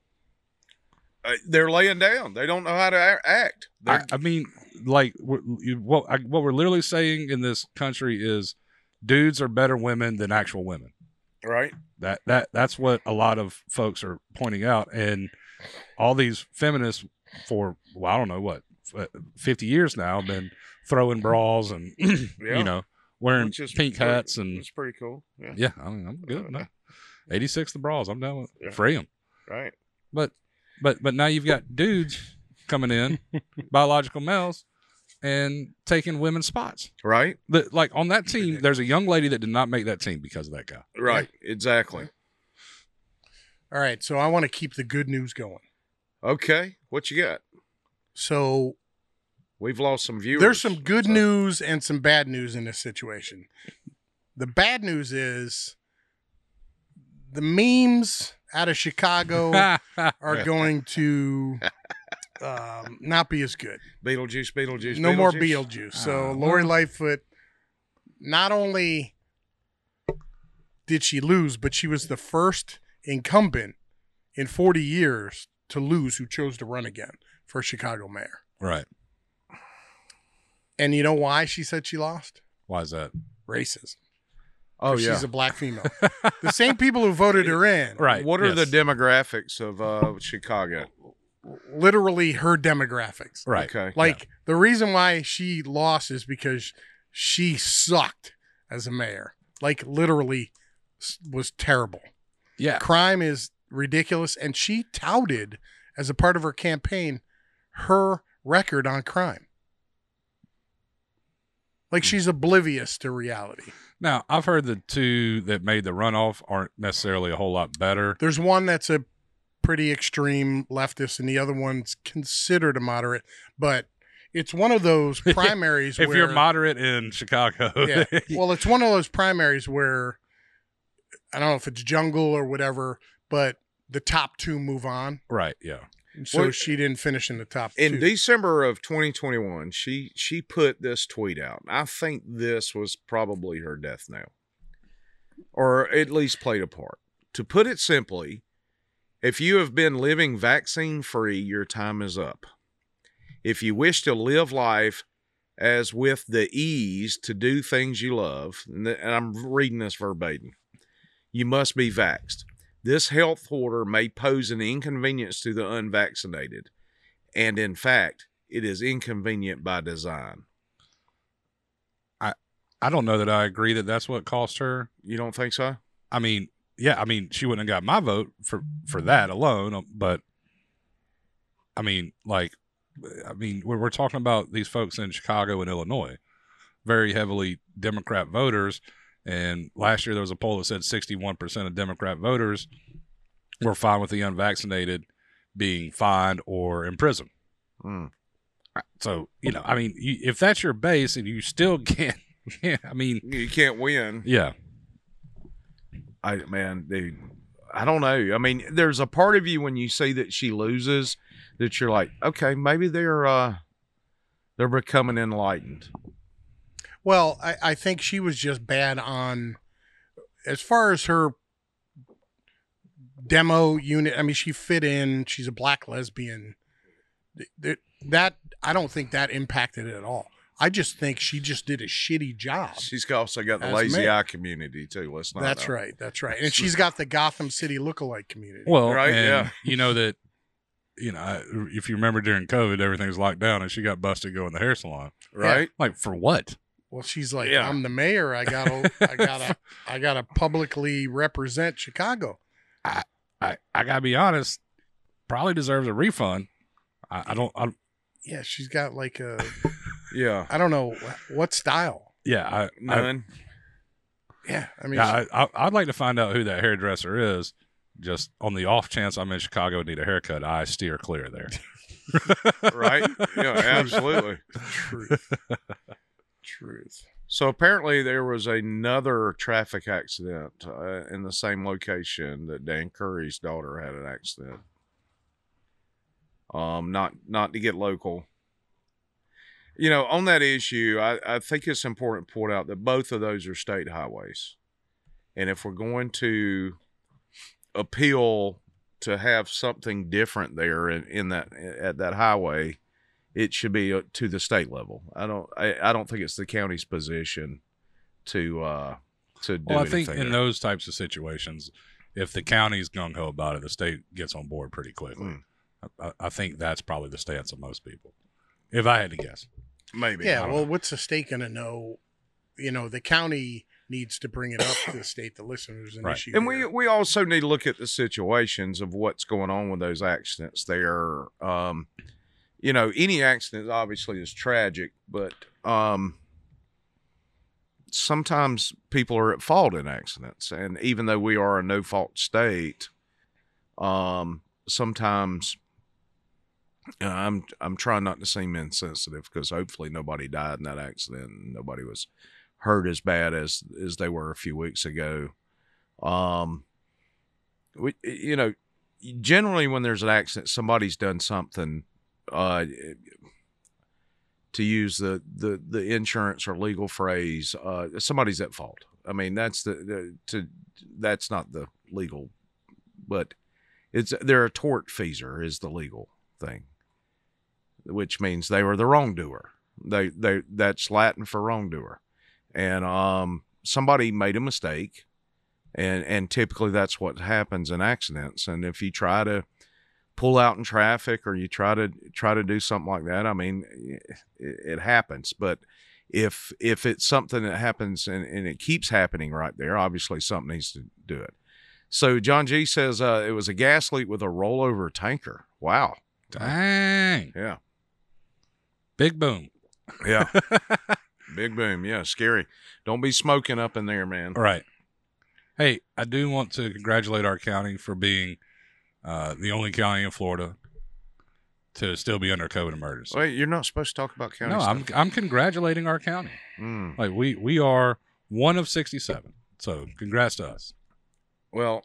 Uh, they're laying down. They don't know how to a- act. I, They're- I mean, like we're, you, what I, what we're literally saying in this country is, dudes are better women than actual women. right? That that that's what a lot of folks are pointing out, and all these feminists for well, I don't know what f- uh, fifty years now have been throwing brawls and Yeah. you know wearing Which is pink pretty- hats and It's pretty cool. Yeah. yeah. I mean, I'm good. Uh, Eighty six the brawls. I'm down with Yeah. free 'em. Right. But but but now you've got dudes coming in, biological males, and taking women's spots. Right. The, like on that team, there's a young lady that did not make that team because of that guy. Right. Exactly. All right, so I want to keep the good news going. Okay. What you got? So We've lost some viewers. there's some good so- news and some bad news in this situation. The bad news is the memes out of Chicago Oh. are going to um, not be as good. Beetlejuice, Beetlejuice. no more Beetlejuice. Beetlejuice. So Ah, Lori Lightfoot, not only did she lose, but she was the first incumbent in 40 years to lose who chose to run again for Chicago mayor. right. And you know why she said she lost? Why is that? Racism. Oh yeah. She's a black female. the same people who voted her in, Right. What are the yes. demographics of uh, Chicago? literally her demographics. right? Okay. Like the reason why she lost is because she sucked as a mayor. Like literally s- was terrible. Yeah. Crime is ridiculous and she touted as a part of her campaign her record on crime. Like she's oblivious to reality. Now I've heard the two that made the runoff aren't necessarily a whole lot better. There's one that's a pretty extreme leftist and the other one's considered a moderate, but it's one of those primaries If where you're moderate in Chicago, yeah. Well, it's one of those primaries where I don't know if it's jungle or whatever, but the top two move on. right? Yeah. So Well, she didn't finish in the top in two. December of 2021, she she put this tweet out. I think this was probably her death knell, or at least played a part. To put it simply, if you have been living vaccine free, your time is up. If you wish to live life as with the ease to do things you love, and th- and I'm reading this verbatim, you must be vaxxed. This health order may pose an inconvenience to the unvaccinated and in fact, it is inconvenient by design. I don't know that I agree that that's what cost her. You don't think so? I mean, yeah, I mean, she wouldn't have got my vote for for that alone. um, But I mean, like, I mean, we're, we're talking about these folks in Chicago and Illinois, very heavily Democrat voters. And last year there was a poll that said 61% of Democrat voters were fine with the unvaccinated being fined or imprisoned. Mm. So, you know, I mean, you, if that's your base and you still can't, yeah, I mean, You can't win. yeah, I man, dude, I don't know. I mean, there's a part of you when you see that she loses that you're like, okay, maybe they're uh they're becoming enlightened. well, I, I think she was just bad on as far as her demo unit. I mean, she fit in. She's a black lesbian. Th- th- That I don't think that impacted it at all. I just think she just did a shitty job. She's also got the As lazy mayor. eye community too. Let's not. That's uh, right. That's right. And she's got the Gotham City lookalike community. Well, Right, and yeah. You know that, you know, I- if you remember during COVID, everything was locked down, and she got busted going to the hair salon. Right. Like for what? Well, she's like, Yeah. I'm the mayor. I gotta, I gotta, I gotta publicly represent Chicago. I I gotta be honest, probably deserves a refund. I, I don't. I, Yeah, she's got like a Yeah. I don't know what style. Yeah, I, I, None. Yeah, I mean, yeah, I, I, I'd like to find out who that hairdresser is. Just on the off chance I'm in Chicago and need a haircut, I steer clear there. right? Yeah, absolutely. truth. truth. So apparently there was another traffic accident uh, in the same location that Dan Curry's daughter had an accident. Um, not not to get local. You know, on that issue, I, I think it's important to point out that both of those are state highways, and if we're going to appeal to have something different there in, in that at that highway, it should be uh, to the state level. I don't I, I don't think it's the county's position to uh to do well, I anything. think in there. those types of situations, if the county's gung ho about it, the state gets on board pretty quickly. Mm. I- I, I think that's probably the stance of most people. If I had to guess, Maybe. Yeah, I don't well, what's the state going to know? You know, the county needs to bring it up to the state to listen. There's an Right. issue. and we here. we also need to look at the situations of what's going on with those accidents there. Um you know, any accident obviously is tragic, but um sometimes people are at fault in accidents and even though we are a no fault state, um sometimes and I'm I'm trying not to seem insensitive because hopefully nobody died in that accident and nobody was hurt as bad as as they were a few weeks ago. Um, we, you know, generally when there's an accident, somebody's done something. Uh, to use the the the insurance or legal phrase, uh, somebody's at fault. I mean, that's the, the to that's not the legal, but it's they're a tort feeser is the legal thing, which means they were the wrongdoer. They they that's Latin for wrongdoer, and um somebody made a mistake, and and typically that's what happens in accidents. And if you try to pull out in traffic or you try to try to do something like that, I mean, it, it happens. But if if it's something that happens and, and it keeps happening right there, obviously something needs to do it. So John G says uh, it was a gas leak with a rollover tanker. Wow. dang, Yeah. big boom. Yeah. Big boom. Yeah. Scary. Don't be smoking up in there, man. All right. Hey, I do want to congratulate our county for being uh, the only county in Florida to still be under COVID emergency. Wait, you're not supposed to talk about county. no, I'm stuff. I'm congratulating our county. Mm. Like we we are one of 67. So congrats to us. Well,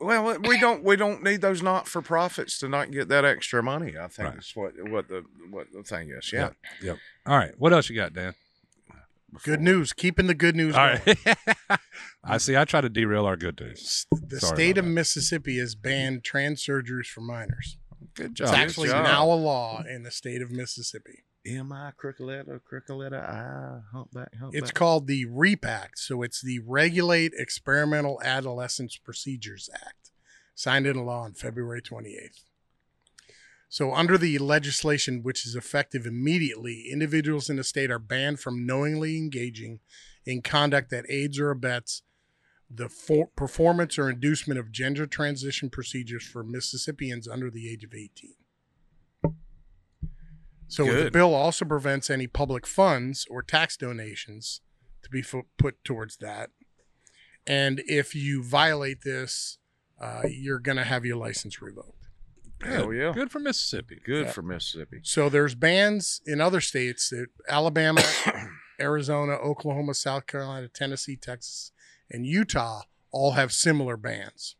well, we don't we don't need those not for profits to not get that extra money. I think Right. that's what what the what the thing is. Yeah. All right. What else you got, Dan? good news. Keeping the good news. All going. right. I see. I try to derail our good news. S- The Sorry state about of that. Mississippi has banned trans surgeries for minors. Good job. It's actually Good job. now a law in the state of Mississippi. Am I crickletta, crickletta, I humpback, humpback. It's called the REAP Act. So it's the Regulate Experimental Adolescents Procedures Act, signed into law on February 28th. So, under the legislation, which is effective immediately, individuals in the state are banned from knowingly engaging in conduct that aids or abets the for- performance or inducement of gender transition procedures for Mississippians under the age of 18. So the Good. bill also prevents any public funds or tax donations to be fo- put towards that. And if you violate this, uh, you're going to have your license revoked. Hell yeah. Good for Mississippi. good Yeah. for Mississippi. So there's bans in other states that Alabama, Arizona, Oklahoma, South Carolina, Tennessee, Texas, and Utah all have similar bans.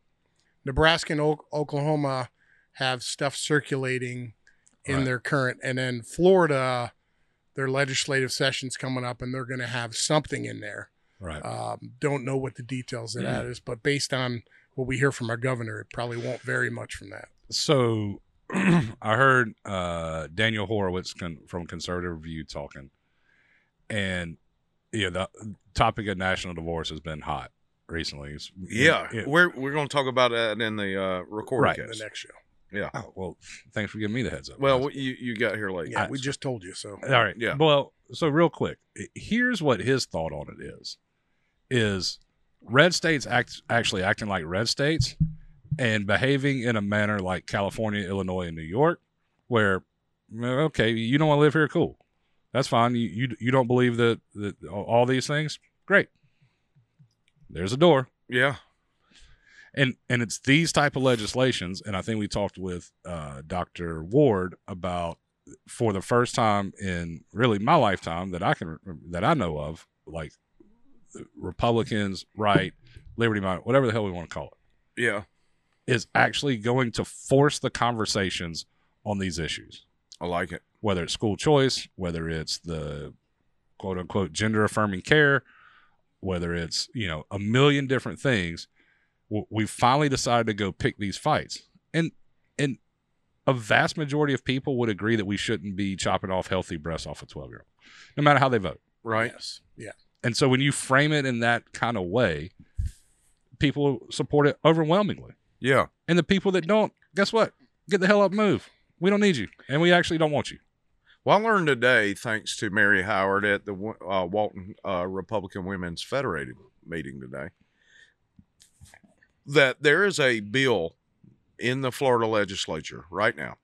Nebraska and o- Oklahoma have stuff circulating in Right. their current, and then Florida, their legislative session's coming up, and they're going to have something in there. Right. Um, don't know what the details of Mhm. that is, but based on what we hear from our governor, it probably won't vary much from that. So I heard uh, Daniel Horowitz con- from Conservative Review talking, and yeah, the topic of national divorce has been hot recently. It's- Yeah, it- we're we're gonna talk about that in the uh, record Right. in The cast. next show, oh, well, thanks for giving me the heads up. Well, guys. what you you got here late. yeah, I- we just told you so. All right. Yeah. Well, so real quick, here's what his thought on it is: is red states act actually acting like red states and behaving in a manner like California, Illinois, and New York, where "Well, okay, you don't want to live here, cool. That's fine. You you, you don't believe that, that all these things? Great. There's a door Yeah. and and it's these type of legislations and i think we talked with uh, dr ward about for the first time in really my lifetime that i can that i know of like republicans right liberty minded whatever the hell we want to call Yeah. it is actually going to force the conversations on these issues I like it. whether it's school choice, whether it's the quote unquote gender affirming care, whether it's, you know, a million different things, w- we finally decided to go pick these fights. And and a vast majority of people would agree that we shouldn't be chopping off healthy breasts off a 12 year old, no matter how they vote. Right. Yes. Yeah. And so when you frame it in that kind of way, people support it overwhelmingly. Yeah. And the people that don't, guess what? Get the hell up, and move. We don't need you. And we actually don't want you. Well, I learned today, thanks to Mary Howard at the uh, Walton uh, Republican Women's Federated meeting today, that there is a bill in the Florida legislature right now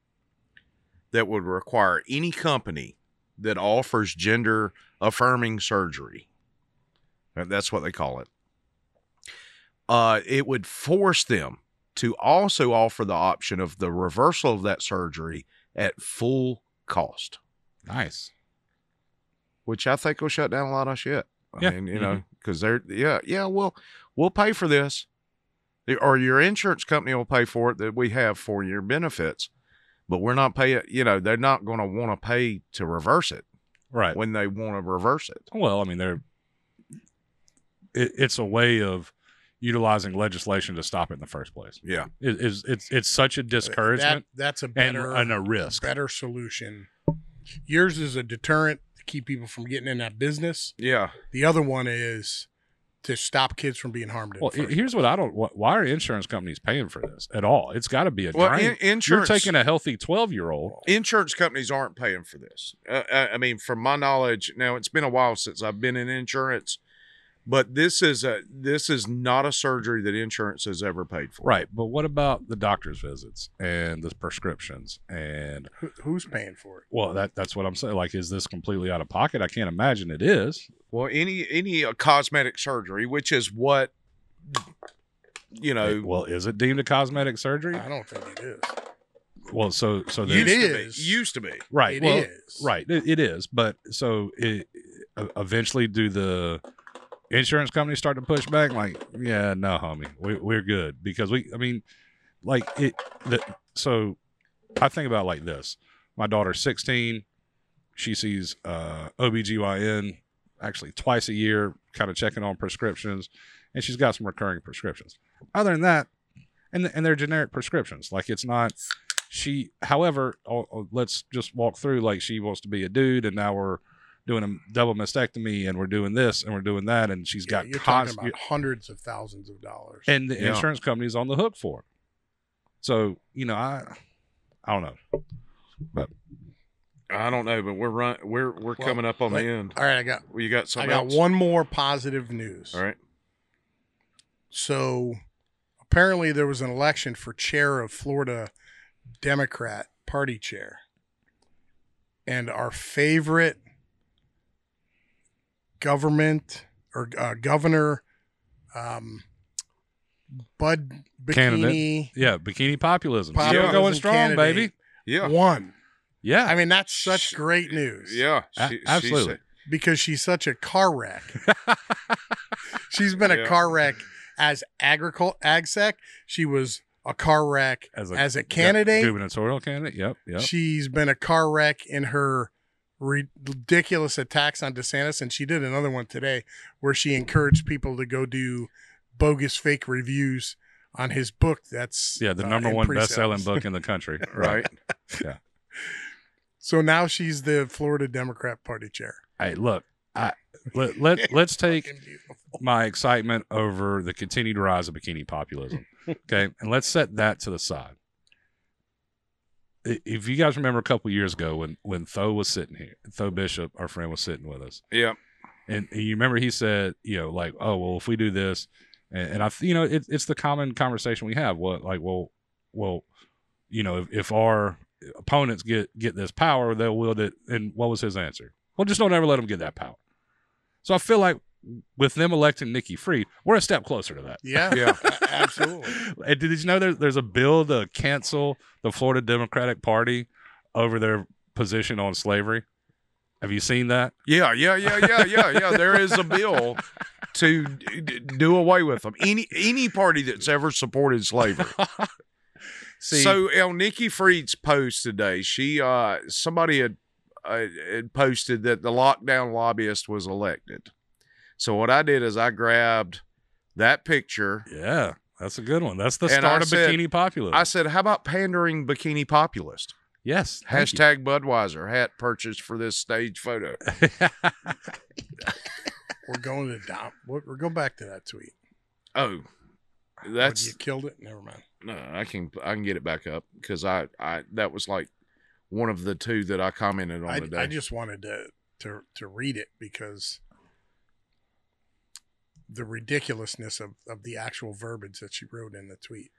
that would require any company that offers gender affirming surgery, and that's what they call it, uh, it would force them to also offer the option of the reversal of that surgery at full cost Nice. which I think will shut down a lot of shit. I Yeah. Mm-hmm. mean, you know, because they're yeah, yeah, we'll we'll pay for this, The- or your insurance company will pay for it that we have for your benefits, but we're not paying. You know, they're not going to want to pay to reverse it Right. when they want to reverse it. Well, I mean, they're it, it's a way of utilizing legislation to stop it in the first place. Yeah, It- it's it's it's such a discouragement That, that's a and, better and a risk. better solution. Yours is a deterrent to keep people from getting in that business. yeah, The other one is to stop kids from being harmed. in Well, the he- first here's what I don't. wh- Why are insurance companies paying for this at all? It's got to be a well, drain. in- You're insurance taking a healthy twelve year old. insurance companies aren't paying for this. Uh, I I mean, from my knowledge, now it's been a while since I've been in insurance, but this is a this is not a surgery that insurance has ever paid for. Right, but what about the doctor's visits and the prescriptions and Who, who's paying for it? well that that's what I'm saying like is this completely out of pocket? I can't imagine it is. Well, any any uh, cosmetic surgery, which is what you know, well, is it deemed a cosmetic surgery? I don't think it is. Well, so so You there's used it to is. be. Used to be. right. It is well, Right, it, it is, but so it, e- eventually, do the insurance companies start to push back? Like, yeah, no, homie, we, we're good because we, I mean, like it. The, so I think about it like this: my daughter's 16, she sees uh, OBGYN actually twice a year, kind of checking on prescriptions, and she's got some recurring prescriptions. Other than that, and and they're generic prescriptions. Like it's not she however oh, oh, let's just walk through like she wants to be a dude and now we're doing a double mastectomy and we're doing this and we're doing that and she's Yeah, got you're constant talking about hundreds of thousands of dollars. and the Yeah. insurance company's on the hook for it so you know i i don't know I don't know, but we're run we're we're Well, coming up on like- the end. All right, I got Well, you got I something got else? one more positive news. All right. So apparently there was an election for chair of Florida Democrat Party chair. And our favorite government or uh, governor um, Bud Bikini Candidate. yeah bikini populism, Populism still going strong candidate. baby Yeah. won. yeah I mean that's such great news. Yeah. A- she- she absolutely. said- because she's such a car wreck. she's been a Yeah. car wreck as agricult agsec. She was a car wreck As as a a, gu- candidate. gubernatorial candidate yep yep She's been a car wreck in her ridiculous attacks on DeSantis, and she did another one today where she encouraged people to go do bogus fake reviews on his book. That's yeah the uh, number in one pre-sales. best-selling book in the country right. So now she's the Florida Democrat Party chair. hey look I, let, let let's take Fucking beautiful. my excitement over the continued rise of bikini populism. Okay, and let's set that to the side. I- If you guys remember a couple years ago when when Tho was sitting here, Tho Bishop, our friend, was sitting with us, Yeah. and, and you remember he said, you know, like, oh well, if we do this, and, and I, th- you know, it, it's the common conversation we have. Well, like, well, well, you know, if, if our opponents get get this power, they'll wield it. And what was his answer? Well, just don't ever let them get that power. So I feel like with them electing Nikki Freed, we're a step closer to that. Yeah, Yeah. a- absolutely. And did you know there, there's a bill to cancel the Florida Democratic Party over their position on slavery? Have you seen that? Yeah, yeah, yeah, yeah, yeah, yeah. There is a bill to d- d- do away with them. Any any party that's ever supported slavery. See, so, on Nikki Fried's post today, she uh somebody had, uh, had posted that the lockdown lobbyist was elected. So what I did is I grabbed that picture. yeah, that's a good one. That's the And I start of said- bikini populism. I said, "How about pandering bikini populist?" yes. thank you. Hashtag Budweiser hat purchased for this stage photo. We're going to Dom. We're we're going back to that tweet. Oh, What, That's- you killed it. Never mind. no, I can I can get it back up because I I that was like one of the two that I commented on I, today. I just wanted to to to read it because the ridiculousness of, of the actual verbiage that she wrote in the tweet.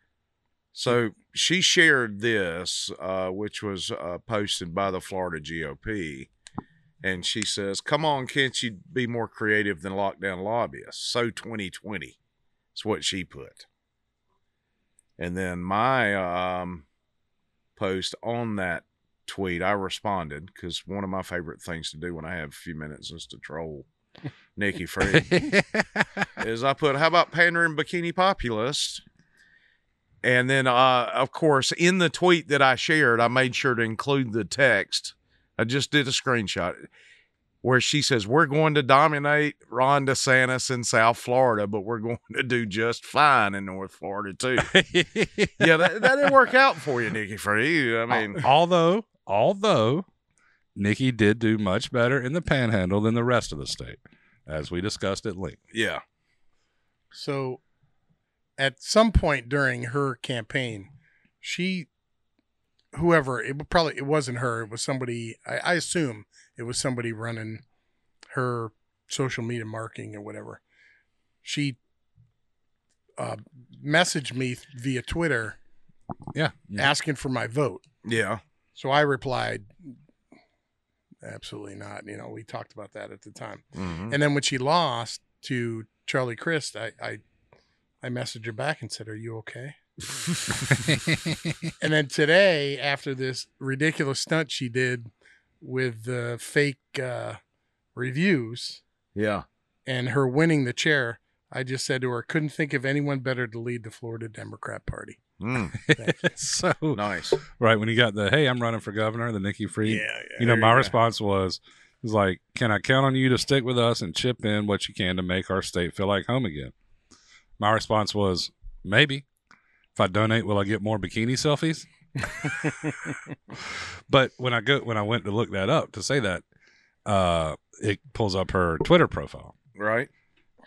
so she shared this, uh, which was uh, posted by the Florida GOP, and she says, "Come on, can't you be more creative than lockdown lobbyists?" So 2020, is what she put. And then my um, post on that tweet, I responded because one of my favorite things to do when I have a few minutes is to troll Nikki Freed. is I put, how about pandering bikini populist? And then, uh, of course, in the tweet that I shared, I made sure to include the text. I just did a screenshot where she says, We're going to dominate Ron DeSantis in South Florida, but we're going to do just fine in North Florida, too. yeah, that, that didn't work out for you, Nikki, for you. Oh. I mean, although, although Nikki did do much better in the panhandle than the rest of the state, as we discussed at length. yeah. So at some point during her campaign, she whoever it wa- probably it wasn't her, it was somebody I, I assume it was somebody running her social media marketing or whatever. She uh, messaged me via Twitter Yeah. asking for my vote. Yeah. So I replied, absolutely not. You know, we talked about that at the time. Mm-hmm. Mhm. And then when she lost to Charlie Crist, I, I, I messaged her back and said, are you okay? And then today, after this ridiculous stunt she did with the fake uh, reviews Yeah. and her winning the chair, I just said to her, couldn't think of anyone better to lead the Florida Democrat Party. Mm, so nice. right when you got the hey, I'm running for governor, the Nikki Freed, you know, there my you go. response was was like, "Can I count on you to stick with us and chip in what you can to make our state feel like home again?" My response was, "Maybe. If I donate, will I get more bikini selfies?" but when I go when I went to look that up to say that, uh, it pulls up her Twitter profile, Right?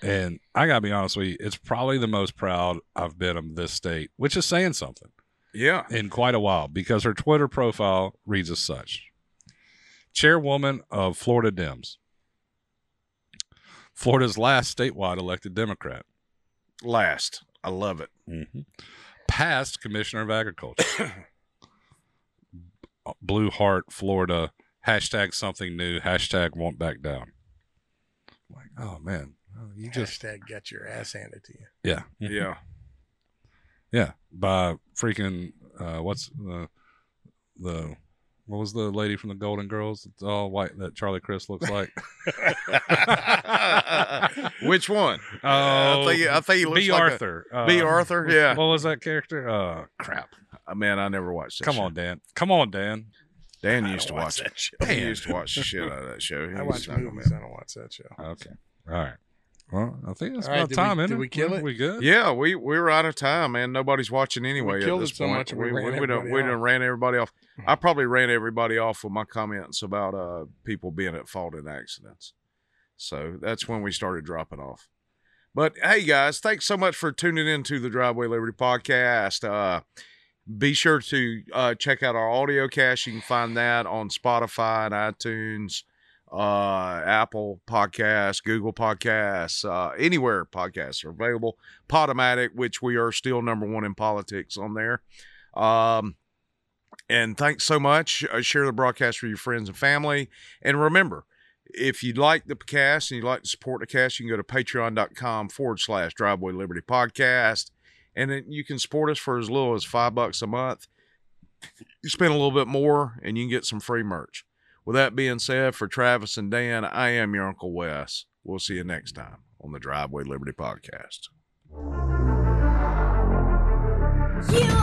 and I gotta be honest with you, it's probably the most proud I've been of this state, which is saying something Yeah. in quite a while because her Twitter profile reads as such Chairwoman of Florida Dems, Florida's last statewide elected Democrat, Last. I love it. past Commissioner of Agriculture, Blue Heart, Florida, hashtag something new, hashtag won't back down. Like, oh man, oh, you just, Hashtag get your ass handed to you. yeah, Yeah. Mm-hmm. yeah, by freaking, uh, what's the, the, what was the lady from the Golden Girls? It's all white that Charlie Chris looks like. Which one? I think, I think he looks Oh, B. like Arthur. A, uh, B. Arthur. Yeah. What was that character? Uh, crap. Uh, man, I never watched. That Come show. on, Dan. Come on, Dan. Dan I used to don't watch it. that shit. He used to watch the shit out of that show. I He's watch not a movies. man. I don't watch that show. Okay. All right. Well, I think that's All right, about did we- time, isn't did it? we kill it? We good? Yeah, we we were out of time, man. Nobody's watching anyway. killed at it this so point. much, we, we ran we, done, everybody we done off. Mm. ran everybody off. I probably ran everybody off with my comments about uh, people being at fault in accidents. So that's when we started dropping off. But hey, guys, thanks so much for tuning in to the Driveway Liberty podcast. Uh, be sure to uh, check out our audio cast. You can find that on Spotify and iTunes, uh, Apple Podcasts, Google Podcasts, uh, anywhere podcasts are available. Podomatic, which we are still number one in politics on there. Um, And thanks so much. Uh, share the broadcast with your friends and family. And remember, if you like the cast and you'd like to support the cast, you can go to patreon.com forward slash driveway liberty podcast. And then you can support us for as little as five bucks a month. You spend a little bit more and you can get some free merch. With that being said, for Travis and Dan, I am your Uncle Wes. We'll see you next time on the Driveway Liberty Podcast. You